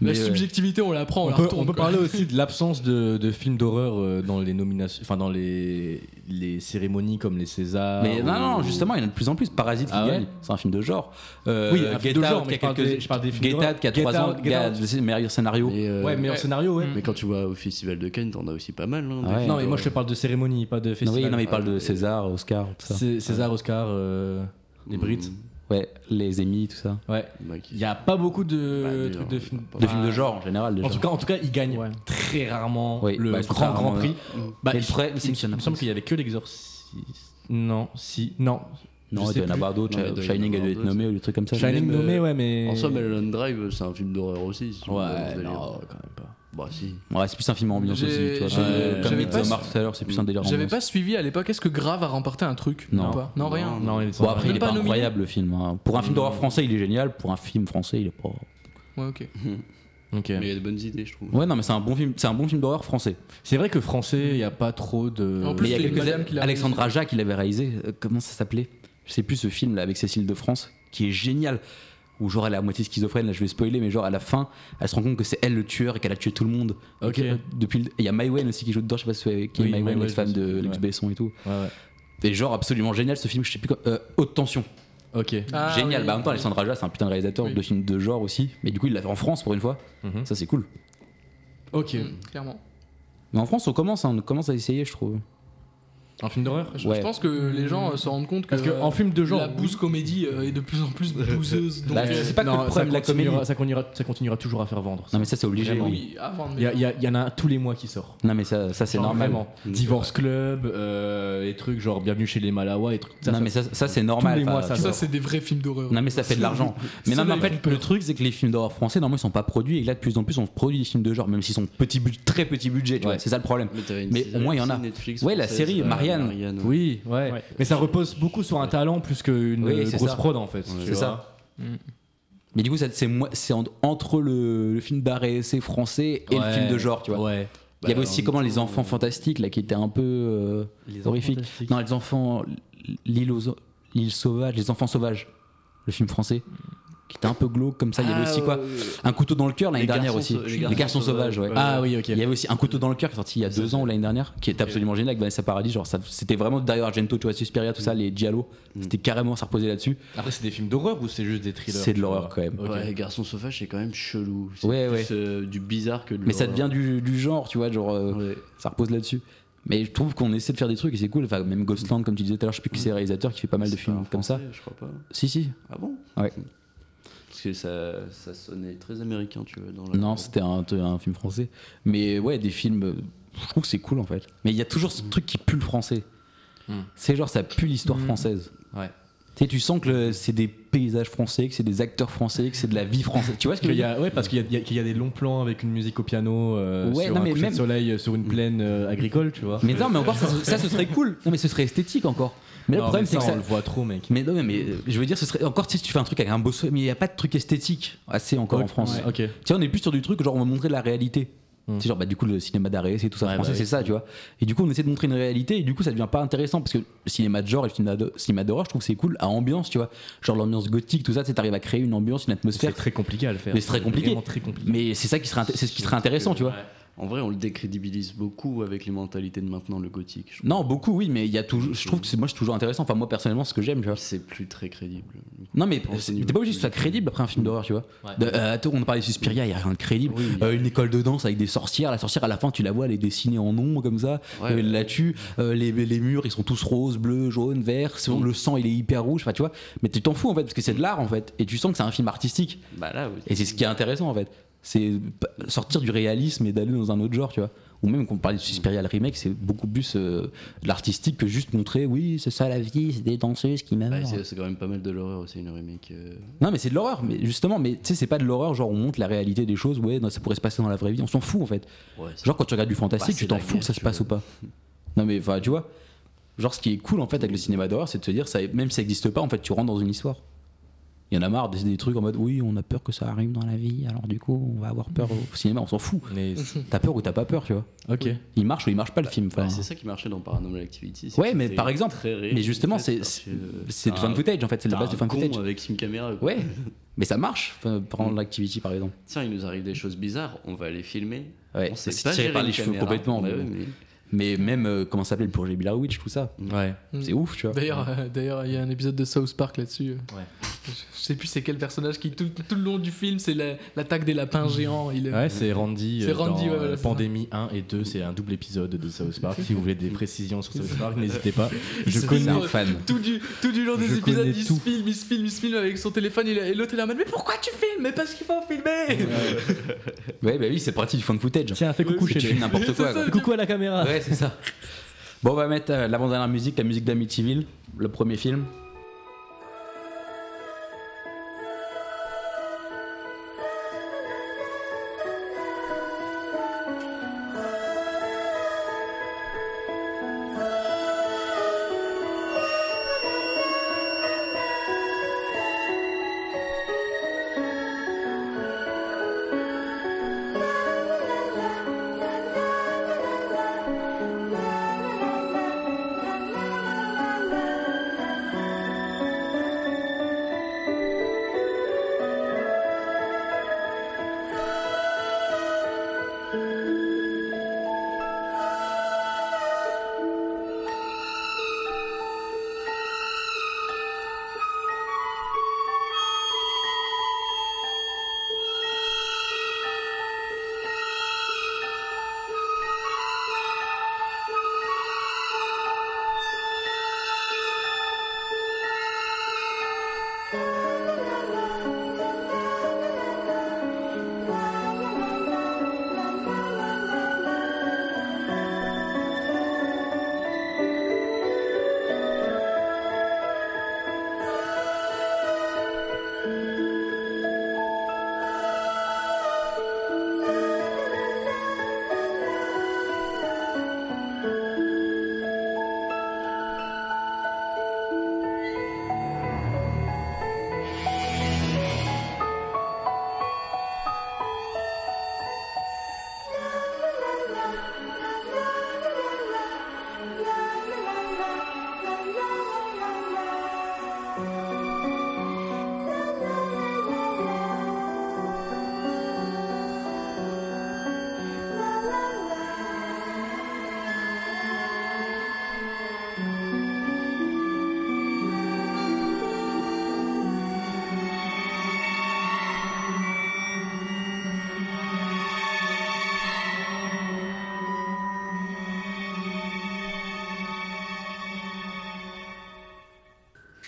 La
Mais, euh,
subjectivité, on la prend, on,
On
la
peut,
retourne.
on peut
quoi.
parler aussi de l'absence de, de films d'horreur euh, dans les nominations, enfin dans les, les cérémonies comme les Césars.
mais non, non,
ou- euh,
justement, il y en a de plus en plus. Parasite qui
Ah ouais
gagne, c'est un film de genre. Euh,
Oui, un film de
Get
genre,
Out,
mais
qui a
je parle
quelques-
des- je parle des films
Get
d'horreur.
Out, qui a
Get
3 ans,
Out, Get
qui a
Out.
le meilleur scénario.
Mais, euh,
Ouais, meilleur
Ouais.
scénario, ouais.
mais quand tu vois au Festival de Cannes, t'en as aussi pas mal. hein,
Ah
des
ouais.
films
Non, mais moi
d'horreur.
je te parle de cérémonie, pas de
Non,
festival.
oui, non, mais il parle
euh,
de César, Oscar, tout ça. Mm.
Cé- César, Oscar, euh, les Brits.
Ouais, les Emmy, tout ça.
Ouais.
Mmh, bah, qui-
Il y a pas beaucoup
Bah,
de
mais
trucs
non,
de films.
De films de genre en général, déjà.
En tout cas, en tout cas, il gagne
Ouais.
très rarement
Oui,
le
bah, très
grand grand
rarement,
prix. Bah,
Mais le
il-
problème,
il-
c'est qu'il y en a
il me semble qu'il y avait que l'exorciste. Non, si,
non,
non. je
il
sais
doit y en
plus.
avoir d'autres.
Non, mais il doit y en
Shining a
avoir
dû être
d'autres.
nommé ou des trucs comme ça.
Shining
même,
nommé,
euh,
ouais, mais.
En soi, Melon Drive, c'est un film d'horreur aussi. si on veut
Ouais,
aller-
non, quand même pas.
Bah si.
Ouais, c'est plus un film ambiance
J'ai-
aussi. Tu vois,
j'ai-
Comme- comme
j'avais
Midsommar
pas
tout à l'heure, c'est plus un délire
J'avais
ambiance.
pas suivi à l'époque. Est-ce que Grave a remporté un truc
Non.
ou pas Non,
Non.
rien.
Non, il est
Bon, après,
Même
il est
pas
pas
nominé.
incroyable le film. hein. Pour un film
Mm.
d'horreur français, il est génial. Pour un film français, il est pas.
Ouais, ok.
Ok.
Mais il y a de bonnes idées, je trouve.
Ouais, non, mais c'est un bon film, c'est un bon film d'horreur français.
C'est vrai que français, il n'y a pas trop de.
En
Mais il
plus-
y a
c'est
quelques
Madame
années,
qui l'a
Alexandre Aja qui l'avait réalisé. euh, comment ça s'appelait Je sais plus ce film là avec Cécile de France qui est génial. Où genre elle est à moitié schizophrène, là je vais spoiler, mais genre à la fin, elle se rend compte que c'est elle le tueur et qu'elle a tué tout le monde.
Ok.
Et que, euh, Depuis, le- et il y a Maïwen aussi qui joue dedans, je sais pas si vous savez qui
Oui,
est Maïwen,
Mai Wen,
l'ex-femme
je
de
sais,
Lex
ouais.
Besson et tout.
Ouais, ouais.
Et genre absolument génial ce film, je sais plus quoi. euh, Haute tension.
Ok.
Ah,
génial.
oui.
Bah en même temps, Alexandre Aja, c'est un putain de réalisateur
Oui.
de films de genre aussi. Mais du coup, il l'a fait en France pour une fois.
Mhm.
Ça c'est cool.
Ok.
Mm, Clairement.
Mais en France, on commence, hein, on commence à essayer, je trouve.
Un film d'horreur
Je, je
Ouais.
pense que les gens euh, se rendent compte que,
Parce que
euh,
en film de genre.
la bouse comédie euh, est de plus en plus
[laughs]
bouseuse. Donc,
Bah,
euh,
c'est pas que
non,
le problème de
ça
la comédie.
continuera- Ça continuera, ça continuera toujours à faire vendre.
Non mais ça c'est obligé.
Vraiment.
oui.
oui, avant de
Il y, a- il y a- il y en a un tous les mois qui sort.
Non mais ça, ça c'est
Genre,
normal.
Vraiment. Divorce Club, euh, les trucs genre Bienvenue chez les Malawa, et trucs. ça,
non
ça-
mais ça, ça, c'est normal.
les mois,
Enfin,
ça
tu
Ça,
vois.
c'est des vrais films d'horreur.
Non mais ça fait de l'argent. mais non mais en
Ceux-là, ils
fait le truc c'est que les films d'horreur français normalement ils sont pas produits et que là de plus en plus on produit des films de genre même s'ils sont petit budget, très petit budget tu
Ouais.
vois c'est ça le problème.
Mais, t'avais une
Mais
série
au moins, il y en a.
aussi Netflix
Ouais, la
française,
série
euh,
Marianne.
ouais.
Oui, ouais.
Ouais.
Mais ça repose beaucoup sur un talent plus qu'une
Oui,
euh,
c'est
grosse
ça.
prod en fait. tu
C'est
vois.
ça.
Mm.
Mais du coup ça, c'est moi- c'est en- entre le, le film d'art et essai français et le
Ouais.
film de genre tu vois.
Ouais.
Il y avait
Bah,
aussi
en
comment
même
les
temps,
enfants
euh,
fantastiques là qui étaient un peu euh,
Les
horrifiques. Non les enfants l'île aux- l'île sauvage les enfants sauvages le film français qui était un peu glauque comme ça il y
Ah
avait aussi quoi Un couteau dans le cœur l'année
Les
dernière
garçons
aussi.
sau-
Les garçons, sauvages, ouais.
Ah oui, ok.
Il y avait aussi un couteau dans le cœur qui est sorti il y a deux ans ou l'année dernière, qui était absolument génial avec Vanessa Paradis. Genre, ça- c'était vraiment derrière Argento, tu vois, Suspiria,
Mm.
tout ça, les Giallo. C'était carrément, ça reposait là-dessus.
Après, c'est des films d'horreur ou c'est juste des thrillers
C'est de
tu
l'horreur
vois
quand même.
Ok.
Ouais, Garçon Sauvage, c'est quand même chelou. C'est
Ouais,
plus,
ouais.
euh, du bizarre que de
Mais ça devient
l'horreur.
du, du genre, tu vois, genre, euh,
Ouais.
ça repose là-dessus. Mais je trouve qu'on essaie de faire des trucs et c'est cool. Enfin, même Ghostland, comme tu disais tout à l'heure, je sais plus qui c'est le réalisateur qui fait pas mal de
C'est
films
un
comme ça.
Français, Je crois pas.
Si, si.
Ah bon
Ouais.
Parce que ça, ça sonnait très américain, tu vois. Dans la-
Non, c'était un, un film français. Mais ouais, des films, euh, je trouve que c'est cool en fait. Mais il y a toujours ce truc qui pue le français.
Mm.
C'est genre, ça pue l'histoire française.
Ouais.
Tu sais, tu sens que le- c'est des paysages français, que c'est des acteurs français, que c'est de la vie française. Tu vois ce que je
Qu'il
veux
y
dire
a, ouais, parce qu'il y a- il y, a- qu'il y a des longs plans avec une musique au piano euh,
Ouais,
sur
non,
un
mais
coucher
même- Mm.
de soleil euh, sur une plaine euh, agricole, tu vois.
Mais non, mais encore, ça, ça, ce serait cool. Non, mais ce serait esthétique encore. Mais là,
Non,
le problème,
mais
c'est que
ça,
ça.
on le voit trop, mec.
Mais non, mais, mais, euh, je veux dire, ce serait encore si tu fais un truc avec un beau soleil, mais il n'y a pas de truc esthétique assez encore en France.
Ouais, Ok.
Tu sais, on est plus sur du truc, genre on va montrer la réalité.
Mm.
C'est genre, bah, du coup, le cinéma d'arrêt, c'est tout ça
Hmm. Ouais,
français,
bah
c'est
oui.
ça, tu vois. Et du coup, on essaie de montrer une réalité, et du coup, ça devient pas intéressant, parce que le cinéma de genre et le cinéma de- cinéma d'horreur, je trouve que c'est cool à ambiance, tu vois. Genre l'ambiance gothique, tout ça, tu arrives à créer une ambiance, une
C'est
atmosphère.
très compliqué à le faire.
Mais c'est très compliqué.
vraiment très compliqué.
Mais c'est ça qui serait, inté- c'est ce qui serait intéressant, tu vois.
En vrai, on le décrédibilise beaucoup avec les mentalités de maintenant, le gothique. je trouve.
Non, beaucoup, oui, mais il y a toujours. Je trouve que c'est- moi, c'est toujours intéressant. Enfin, moi, personnellement, c'est ce que j'aime, tu vois.
C'est plus très crédible.
Non, mais
Au
c'est-
niveau
t'es pas obligé que
du-
ce soit crédible après un film d'horreur, tu vois.
Ouais.
De- euh, attends, on parlait de Suspiria, il y a rien de crédible.
Oui.
Euh, une école de danse avec des sorcières. La sorcière, à la fin, tu la vois, elle est dessinée en ombre comme ça.
Ouais,
Euh,
ouais.
elle la tue. Euh, les, les murs, ils sont tous roses, bleus, jaunes, verts. Son-
Mm.
Le sang, il est hyper rouge. Enfin, tu vois. Mais tu t'en fous en fait, parce que c'est de l'art en fait. Et tu sens que c'est un film artistique.
Bah là, oui.
Et c'est ce qui est intéressant en fait. C'est p- sortir du réalisme et d'aller dans un autre genre, tu vois. Ou même quand on parlait de Suspiria le remake, c'est beaucoup plus euh, de l'artistique que juste montrer, oui, c'est ça la vie, c'est des danseuses qui meurent.
Bah, c'est c'est quand même pas mal de l'horreur aussi, une remake. euh,
Non, mais c'est de l'horreur, mais justement, mais tu sais, c'est pas de l'horreur, genre on montre la réalité des choses, ouais, non, ça pourrait se passer dans la vraie vie, on s'en fout en fait.
Ouais, c'est-
Genre quand tu regardes du
Bah,
fantastique,
c'est
tu t'en
la
fous que ça
guerre,
se
tu
passe
vois.
ou pas. Non, mais enfin, tu vois, genre ce qui est cool en fait avec le cinéma d'horreur, c'est de se dire, ça, même si ça existe pas, en fait, tu rentres dans une histoire. Il y en a marre des, des trucs en mode, oui, on a peur que ça arrive dans la vie, alors du coup, on va avoir peur au cinéma, on s'en
[laughs]
fout.
Mais
T'as peur ou t'as pas peur, tu vois.
ok.
Il marche ou il marche pas le film,
bah,
enfin.
c'est ça qui marchait dans Paranormal Activity. c'est
Ouais,
que
mais
c'était
par exemple,
très réel,
mais justement,
en fait,
c'est
parce
c'est
que euh,
c'est de
t'as
fan
un-
footage en fait, c'est la
t'as
base de
un
fan
con euh. Mm.
footage.
avec une caméra. quoi.
Ouais,
[laughs]
mais ça marche, enfin, prendre l'activity par exemple.
Tiens, il nous arrive des choses bizarres, on va les filmer.
Ouais,
on sait
c'est
pas
tiré
gérer
par
une
les cheveux
caméra.
complètement,
Bah
mais
ouais,
bon.
mais-
Mais même, euh, comment ça s'appelait le projet Blair Witch, tout ça.
Ouais.
Mm.
C'est ouf, tu vois.
D'ailleurs, euh, d'ailleurs, il y a un épisode de South Park là-dessus. euh.
Ouais.
Je je sais plus c'est quel personnage qui tout, tout le long du film c'est la- l'attaque des lapins géants. Il est-
Ouais, c'est Randy.
C'est
euh,
Randy,
dans,
ouais,
euh,
voilà, c'est
Pandémie 1 et 2, c'est un double épisode de South Park. si vous voulez des précisions sur South Park, n'hésitez pas. Je
C'est
connais.
ça.
un fan.
Tout du, tout du long des
Je
épisodes,
connais
il
tout.
se filme, il se filme, il se filme avec son téléphone il est- et l'autre est là en mode Mais pourquoi tu filmes Mais parce qu'il faut filmer
Ouais, bah oui, c'est parti du fan footage.
Tiens, fais coucou
C'est
chez
tu
lui.
fais n'importe
C'est
quoi.
ça,
quoi.
le
Coucou à la caméra.
Ouais, c'est ça. Bon, on va mettre euh, l'avant-dernière musique, la musique d'Amityville, le premier film.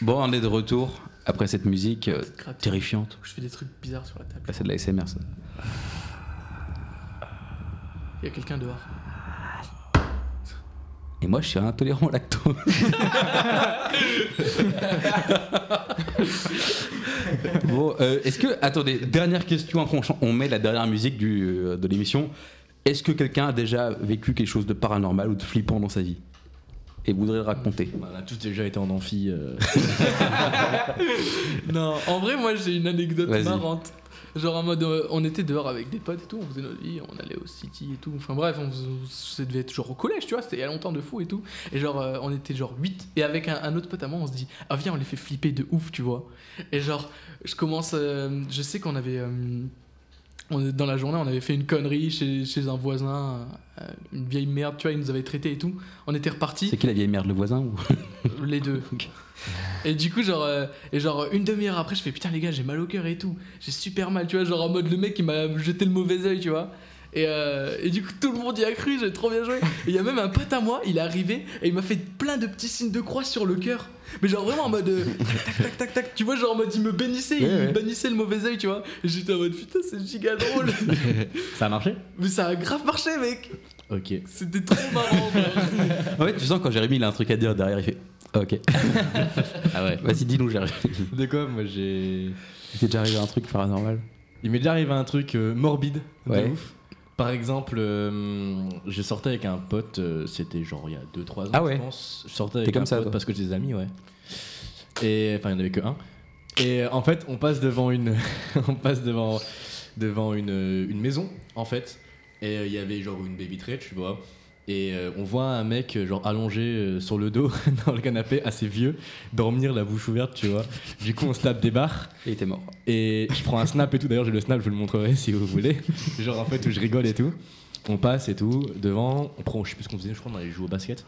Bon, on est de retour après cette musique euh,
Scratch.
terrifiante.
Je fais des trucs bizarres sur la table.
Là, c'est de la SMR, ça.
Il y a quelqu'un dehors.
Et moi, je suis intolérant au lactose. [laughs] bon, euh, est-ce que. Attendez, dernière question, après on chan- on met la dernière musique du, euh, de l'émission. Est-ce que quelqu'un a déjà vécu quelque chose de paranormal ou de flippant dans sa vie Et voudrait le raconter
On a tous déjà été en amphi. euh,
Non, en vrai, moi j'ai une anecdote
Vas-y.
marrante. Genre en mode, euh, on était dehors avec des potes et tout, on faisait notre vie, on allait au city et tout. Enfin bref, on, faisait- ça devait être genre au collège, tu vois, c'était il y a longtemps de fou et tout. Et genre, euh, on était genre 8. Et avec un, un autre pote à moi, on se dit, ah viens, on les fait flipper de ouf, tu vois. Et genre, je commence, euh, je sais qu'on avait. euh, on- dans la journée, on avait fait une connerie chez, chez un voisin, euh, une vieille merde, tu vois, il nous avait traités et tout. On était reparti.
C'est qui la vieille merde, le voisin ou-
Les [laughs] deux. Et du coup, genre, euh, et genre une demi-heure après, je fais putain, les gars, j'ai mal au cœur et tout. J'ai super mal, tu vois. Genre en mode le mec, il m'a jeté le mauvais oeil, tu vois. Et, euh, et du coup, tout le monde y a cru, j'ai trop bien joué. Et il y a même un pote à moi, il est arrivé et il m'a fait plein de petits signes de croix sur le cœur. Mais genre vraiment en mode [laughs] euh, tac, tac, tac, tac, tac. Tu vois, genre en mode il me bénissait, il
Ouais, ouais.
me bannissait le mauvais oeil, tu vois. Et j'étais en mode putain, c'est giga [laughs] drôle.
Ça a marché
Mais ça a grave marché, mec.
Ok.
C'était trop marrant, quoi.
En
[laughs]
fait, Ah tu sens quand Jérémy il a un truc à dire derrière, il fait Ok. ah ouais. Vas-y, dis-nous, Jérémy.
De quoi Moi j'ai.
Il t'est déjà arrivé un truc paranormal
Il m'est déjà arrivé un truc euh, morbide, de
Ouais.
ouf. Par exemple, euh, je sortais avec un pote, euh, c'était genre il y a 2-3 ans,
Ah ouais.
je pense. Je sortais avec
comme
un
ça,
pote
toi.
parce que j'ai des amis, ouais. Et enfin, il n'y en avait que un. Et euh, en fait, on passe devant une, [laughs] on passe devant, devant une, euh, une maison, en fait. Et euh, il y avait genre une baby tray, tu vois. Et euh, on voit un mec euh, genre allongé euh, sur le dos [laughs] dans le canapé, assez vieux, dormir la bouche ouverte, tu vois. Du coup, on se tape des barres.
Il était mort.
Et je prends un snap et tout. D'ailleurs, j'ai le snap, je vous le montrerai si vous voulez. Genre, en fait, où je rigole et tout. On passe et tout. Devant, on prend, je sais plus ce qu'on faisait, je crois qu'on allait jouer au basket.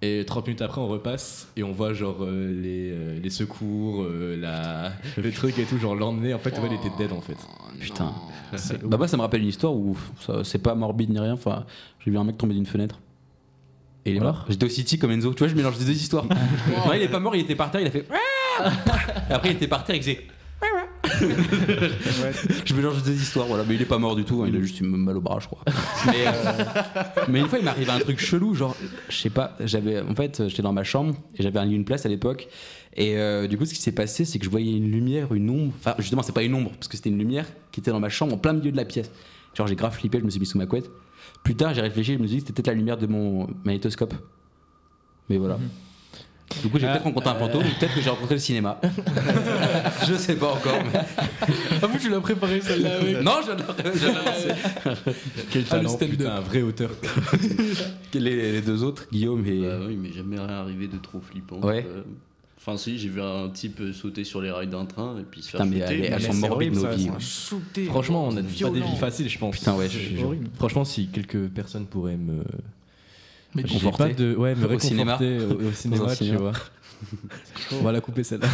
Et 30 minutes après, on repasse et on voit genre euh, les, euh, les secours, euh,
[laughs]
la, le truc et tout. Genre, l'emmener, en fait, ouais, il était dead en fait.
Putain.
[laughs]
Bah, moi, ça me rappelle une histoire où ça- c'est pas morbide ni rien. Enfin, j'ai vu un mec tomber d'une fenêtre. Et il est mort J'étais au City comme Enzo. Tu vois, je mélange les deux [laughs] histoires. Non, il est pas mort, il était par terre, il a fait. Et après, il était par terre, il faisait. [laughs] je mélange les deux histoires, voilà. Mais il est pas mort du tout, hein, il a juste eu mal au bras, je crois. Mais, euh, mais une fois, il m'est arrivé un truc chelou, genre, je sais pas, j'avais. En fait, j'étais dans ma chambre et j'avais un lit, une place à l'époque. Et euh, du coup, ce qui s'est passé, c'est que je voyais une lumière, une ombre. Enfin, justement, c'est pas une ombre, parce que c'était une lumière qui était dans ma chambre, en plein milieu de la pièce. Genre, j'ai grave flippé, je me suis mis sous ma couette. Plus tard, j'ai réfléchi, je me suis dit que c'était peut-être la lumière de mon magnétoscope. Mais voilà. Du coup, j'ai peut-être rencontré un fantôme, ou peut-être que j'ai rencontré le cinéma. euh, [laughs] je sais pas encore. mais-
Avoue, Ah, tu l'as préparé celle-là, mec.
[laughs] Non, je l'aurais- je l'aurais-
Quel
Ah, le
talent,
stand-up.
putain, un vrai auteur.
les, les deux autres, Guillaume et.
Bah oui, mais jamais rien arrivé de trop flippant.
Ouais.
Euh, Enfin, si, j'ai vu un type euh, sauter sur les rails d'un train et puis se faire
Putain, mais
jeter.
elles, elles
mais
sont
c'est
morbides
horrible,
nos
ça,
vies.
ça.
ouais.
Shooté.
Franchement, on a pas des
Violent.
vies faciles, je pense.
Putain, ouais, je-
C'est
je-
horrible.
Franchement, si quelques personnes pourraient me.
Mais
j'ai
tu-
Conforter.
pas de, ouais, me
Au cinéma.
réconforter au, au cinéma,
Dans un
tu
cinéma. [laughs]
vois. on va la couper celle-là.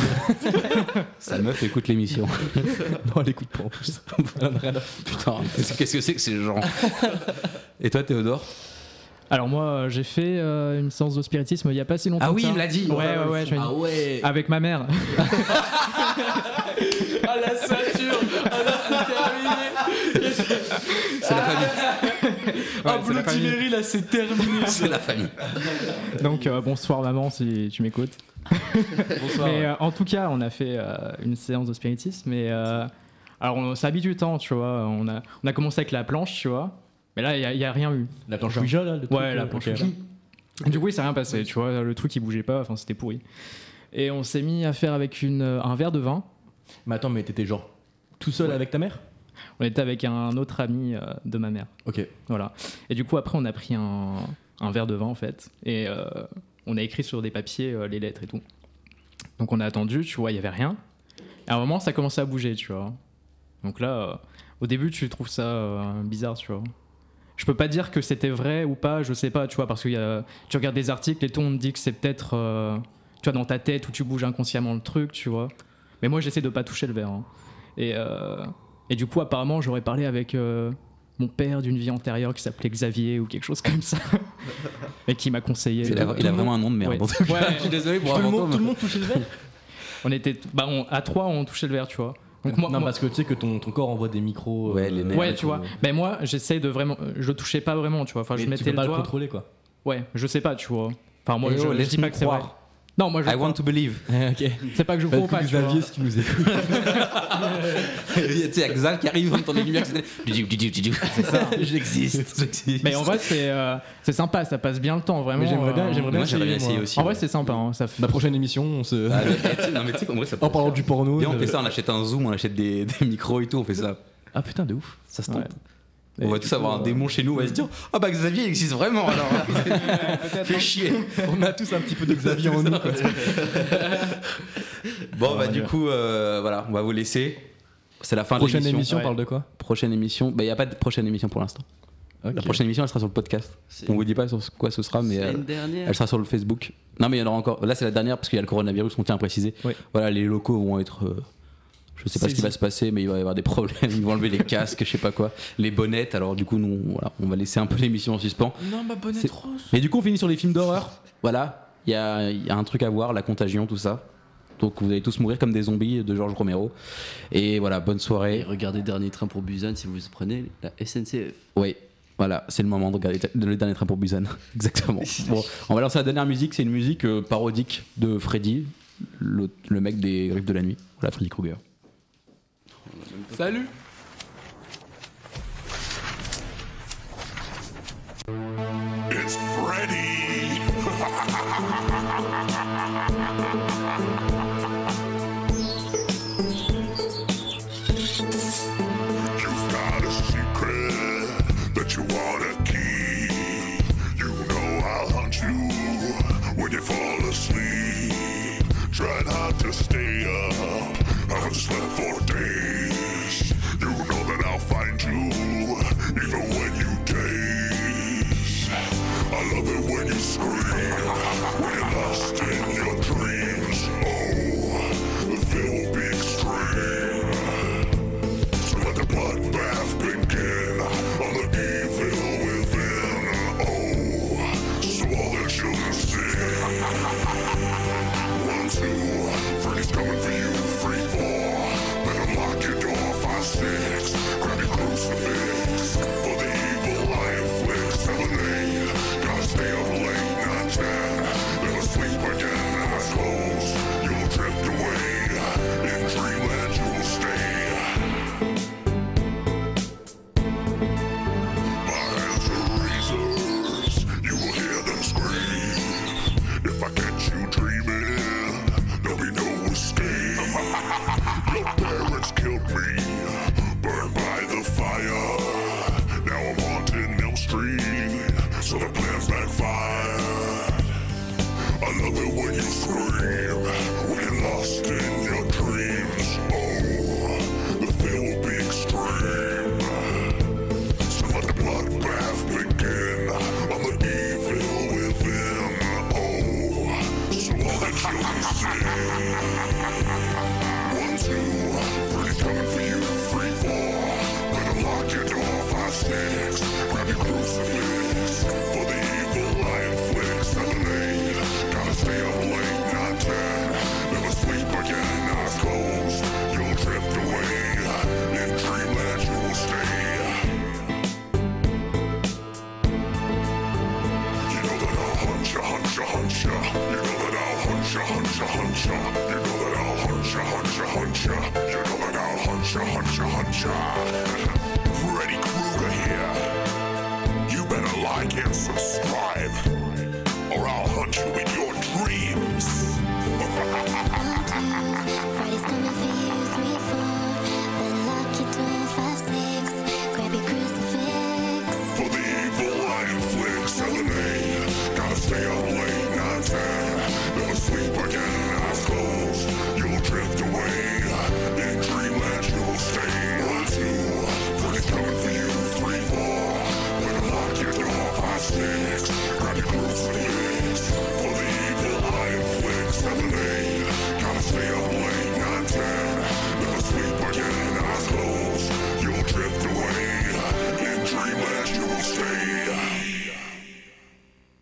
Sa meuf écoute
[laughs]
l'émission.
non, elle écoute pas en plus. Elle en a rien à
Putain, qu'est-ce que c'est que ces
[laughs]
gens Et toi, Théodore
Alors moi, euh, j'ai fait euh, une séance de spiritisme il y a pas si longtemps.
Ah oui,
que ça.
il me l'a dit.
Ouais, ouais, ouais. je l'ai dit.
ouais.
Avec ma mère. [laughs]
[laughs] Ah la ceinture Ah là c'est terminé
C'est la famille.
Ah
c'est la
Blue
famille.
Tiberi, là c'est terminé
Ah.
C'est la famille.
Donc euh, bonsoir maman si tu m'écoutes.
Bonsoir.
Mais euh, en tout cas, on a fait euh, une séance de spiritisme. Mais euh, alors, on, ça a mis du temps, tu vois. On a, on a commencé avec la planche, tu vois. Mais là, il y a- il y a, rien eu.
La planche Ouija, là le truc,
Ouais, la
euh,
planche
ok.
Ouija. Du coup, il s'est rien passé, tu vois. Le truc, il bougeait pas. Enfin, c'était pourri. Et on s'est mis à faire avec une, euh, un verre de vin.
Mais attends, mais t'étais genre tout seul avec ta mère
On était avec un autre ami euh, de ma mère.
Ok.
Voilà. Et du coup, après, on a pris un, un verre de vin, en fait. Et euh, on a écrit sur des papiers euh, les lettres et tout. Donc, on a attendu, tu vois, il n'y avait rien. Et à un moment, ça commençait à bouger, tu vois. Donc là, euh, au début, tu trouves ça euh, bizarre, tu vois. Je peux pas dire que c'était vrai ou pas, je sais pas, tu vois, parce que y a- tu regardes des articles et tout, on te dit que c'est peut-être, euh, tu vois, dans ta tête où tu bouges inconsciemment le truc, tu vois. Mais moi, j'essaie de pas toucher le verre. hein. Et, euh, et du coup, apparemment, j'aurais parlé avec euh, mon père d'une vie antérieure qui s'appelait Xavier ou quelque chose comme ça, [laughs] et qui m'a conseillé.
Il
Tout-
a,
tout
il a
le monde-
vraiment un nom de merde.
Ouais.
Je suis désolé pour un fantôme.
monde touchait le verre
[laughs] On était, bah, on- à trois, on touchait le verre, tu vois. Donc moi,
Non, bah,
moi-
parce que tu sais que ton, ton corps envoie des micros.
Ouais, les nerfs.
ouais, tu vois. Ben moi, j'essaie de vraiment, je touchais pas vraiment, tu vois. Enfin,
mais
je
tu
mettais
peux
le
pas le
doigt.
contrôler quoi.
Ouais, je sais pas, tu vois. Enfin, moi,
Eh
je,
oh,
je dis
laisse-nous
pas que c'est
croire.
vrai. Non, moi je.
Ah
I want to
[laughs]
believe.
ok.
C'est pas que je
Pas
crois
de
pas.
coup,
tu
Xavier,
vois.
si tu [laughs] nous écoutes.
Il y a, tu sais, Xav qui arrive, on entend les lumières qui s'éteignent. C'est ça. [laughs] J'existe. J'existe.
[laughs] Mais en vrai, c'est euh, c'est sympa, ça passe bien le temps, vraiment.
Mais j'aimerais bien-
euh,
j'aimerais Bah, bien
Moi, j'aimerais bien
essayer,
essayer
moi.
aussi.
En vrai,
ouais.
c'est sympa. hein, ça fait-
La prochaine émission, on se.
Ah, mais- eh, tu sais, non, mais tu sais qu'en vrai, ça peut
en
se
parlant
faire.
du porno.
Viens, on
euh,
fait ça, on achète un zoom, on achète des, des micros et tout, on fait ça.
Ah putain, de ouf.
Ça se tente.
Ouais.
On va
Et
tous
du coup,
avoir un
euh,
démon chez nous, on va se dire Ah bah Xavier, il existe vraiment
[laughs]
alors. [laughs] Fais chier.
on a tous un petit peu de Xavier en nous. quoi.
[laughs] Bon, bah du coup, euh, voilà, on va vous laisser. C'est la fin de
Prochaine
l'émission.
émission, on
Ouais.
parle de quoi
Prochaine émission. Bah, il n'y a pas de prochaine émission pour l'instant. La
Ok.
prochaine émission, elle sera sur le podcast.
C'est-
On vous dit pas sur ce- quoi ce sera, mais. euh,
Semaine dernière.
Elle sera sur le Facebook. Non, mais il y en aura encore. Là, c'est la dernière parce qu'il y a le coronavirus, on tient à préciser.
Oui.
Voilà, les locaux vont être. euh, je sais pas ce qui
Saisis.
va se passer, mais il va y avoir des problèmes. Ils vont enlever les casques, je sais pas quoi, les bonnettes. Alors, du coup, nous, on- voilà, on va laisser un peu l'émission en suspens.
Non, ma bonne
C'est-
rose.
Mais du coup, on finit sur les films d'horreur. Voilà, il y a, il y a un truc à voir, la contagion, tout ça. Donc, vous allez tous mourir comme des zombies de Georges Romero. Et voilà, bonne
Et
soirée.
regardez Dernier Train pour Busan si vous prenez la SNCF.
Oui, voilà, c'est le moment de regarder de- le dernier train pour Busan. [laughs] Exactement. Bon, on va lancer la dernière musique. C'est une musique euh, parodique de Freddy, le, le mec des griffes de la nuit. Voilà, Freddy Krueger.
Salut
It's Freddy. You've got a secret that you wanna keep. You know I'll hunt you when you fall asleep. Try not to stay up. I haven't slept for days. You know that I'll find you even when you daze. I love it when you scream when you're lost in your dreams. Oh, they will be extreme. So let the bloodbath begin on the evil within. Oh, so all the children sing. One, two, Freddy's coming for you. Three, four, better lock your door. Five, six, grab your crucifix. For the evil I inflict. Seven, eight, gotta stay up late. Nine, ten, never sleep again. I suppose you'll drift away. In dreamland you will stay. My hands are razors. You will hear them scream. If I catch you dreaming, there'll be no escape. Your parents killed me, burned by the fire. Now I'm haunting Elm Street, so the plans backfired. I love it when you scream when you're lost in your dreams. Oh, the fear will be extreme. So let the bloodbath begin on the evil within. Oh, so all the children sing. One, two, three's coming for you. Three, four, better lock your door. Five, six, grab your crucifix. For the evil I inflict. Seven, eight, gotta stay up late. Nine, ten, never sleep again. Eyes closed, you'll drift away. In dreamland you will stay. You know that I'll hunt ya, hunt ya, hunt ya. You know that I'll hunt ya, hunt ya, hunt ya. You know that I'll hunt ya, hunt ya, hunt ya. You know that I'll hunt ya, hunt ya, hunt ya. Freddy Krueger here. You better like and subscribe.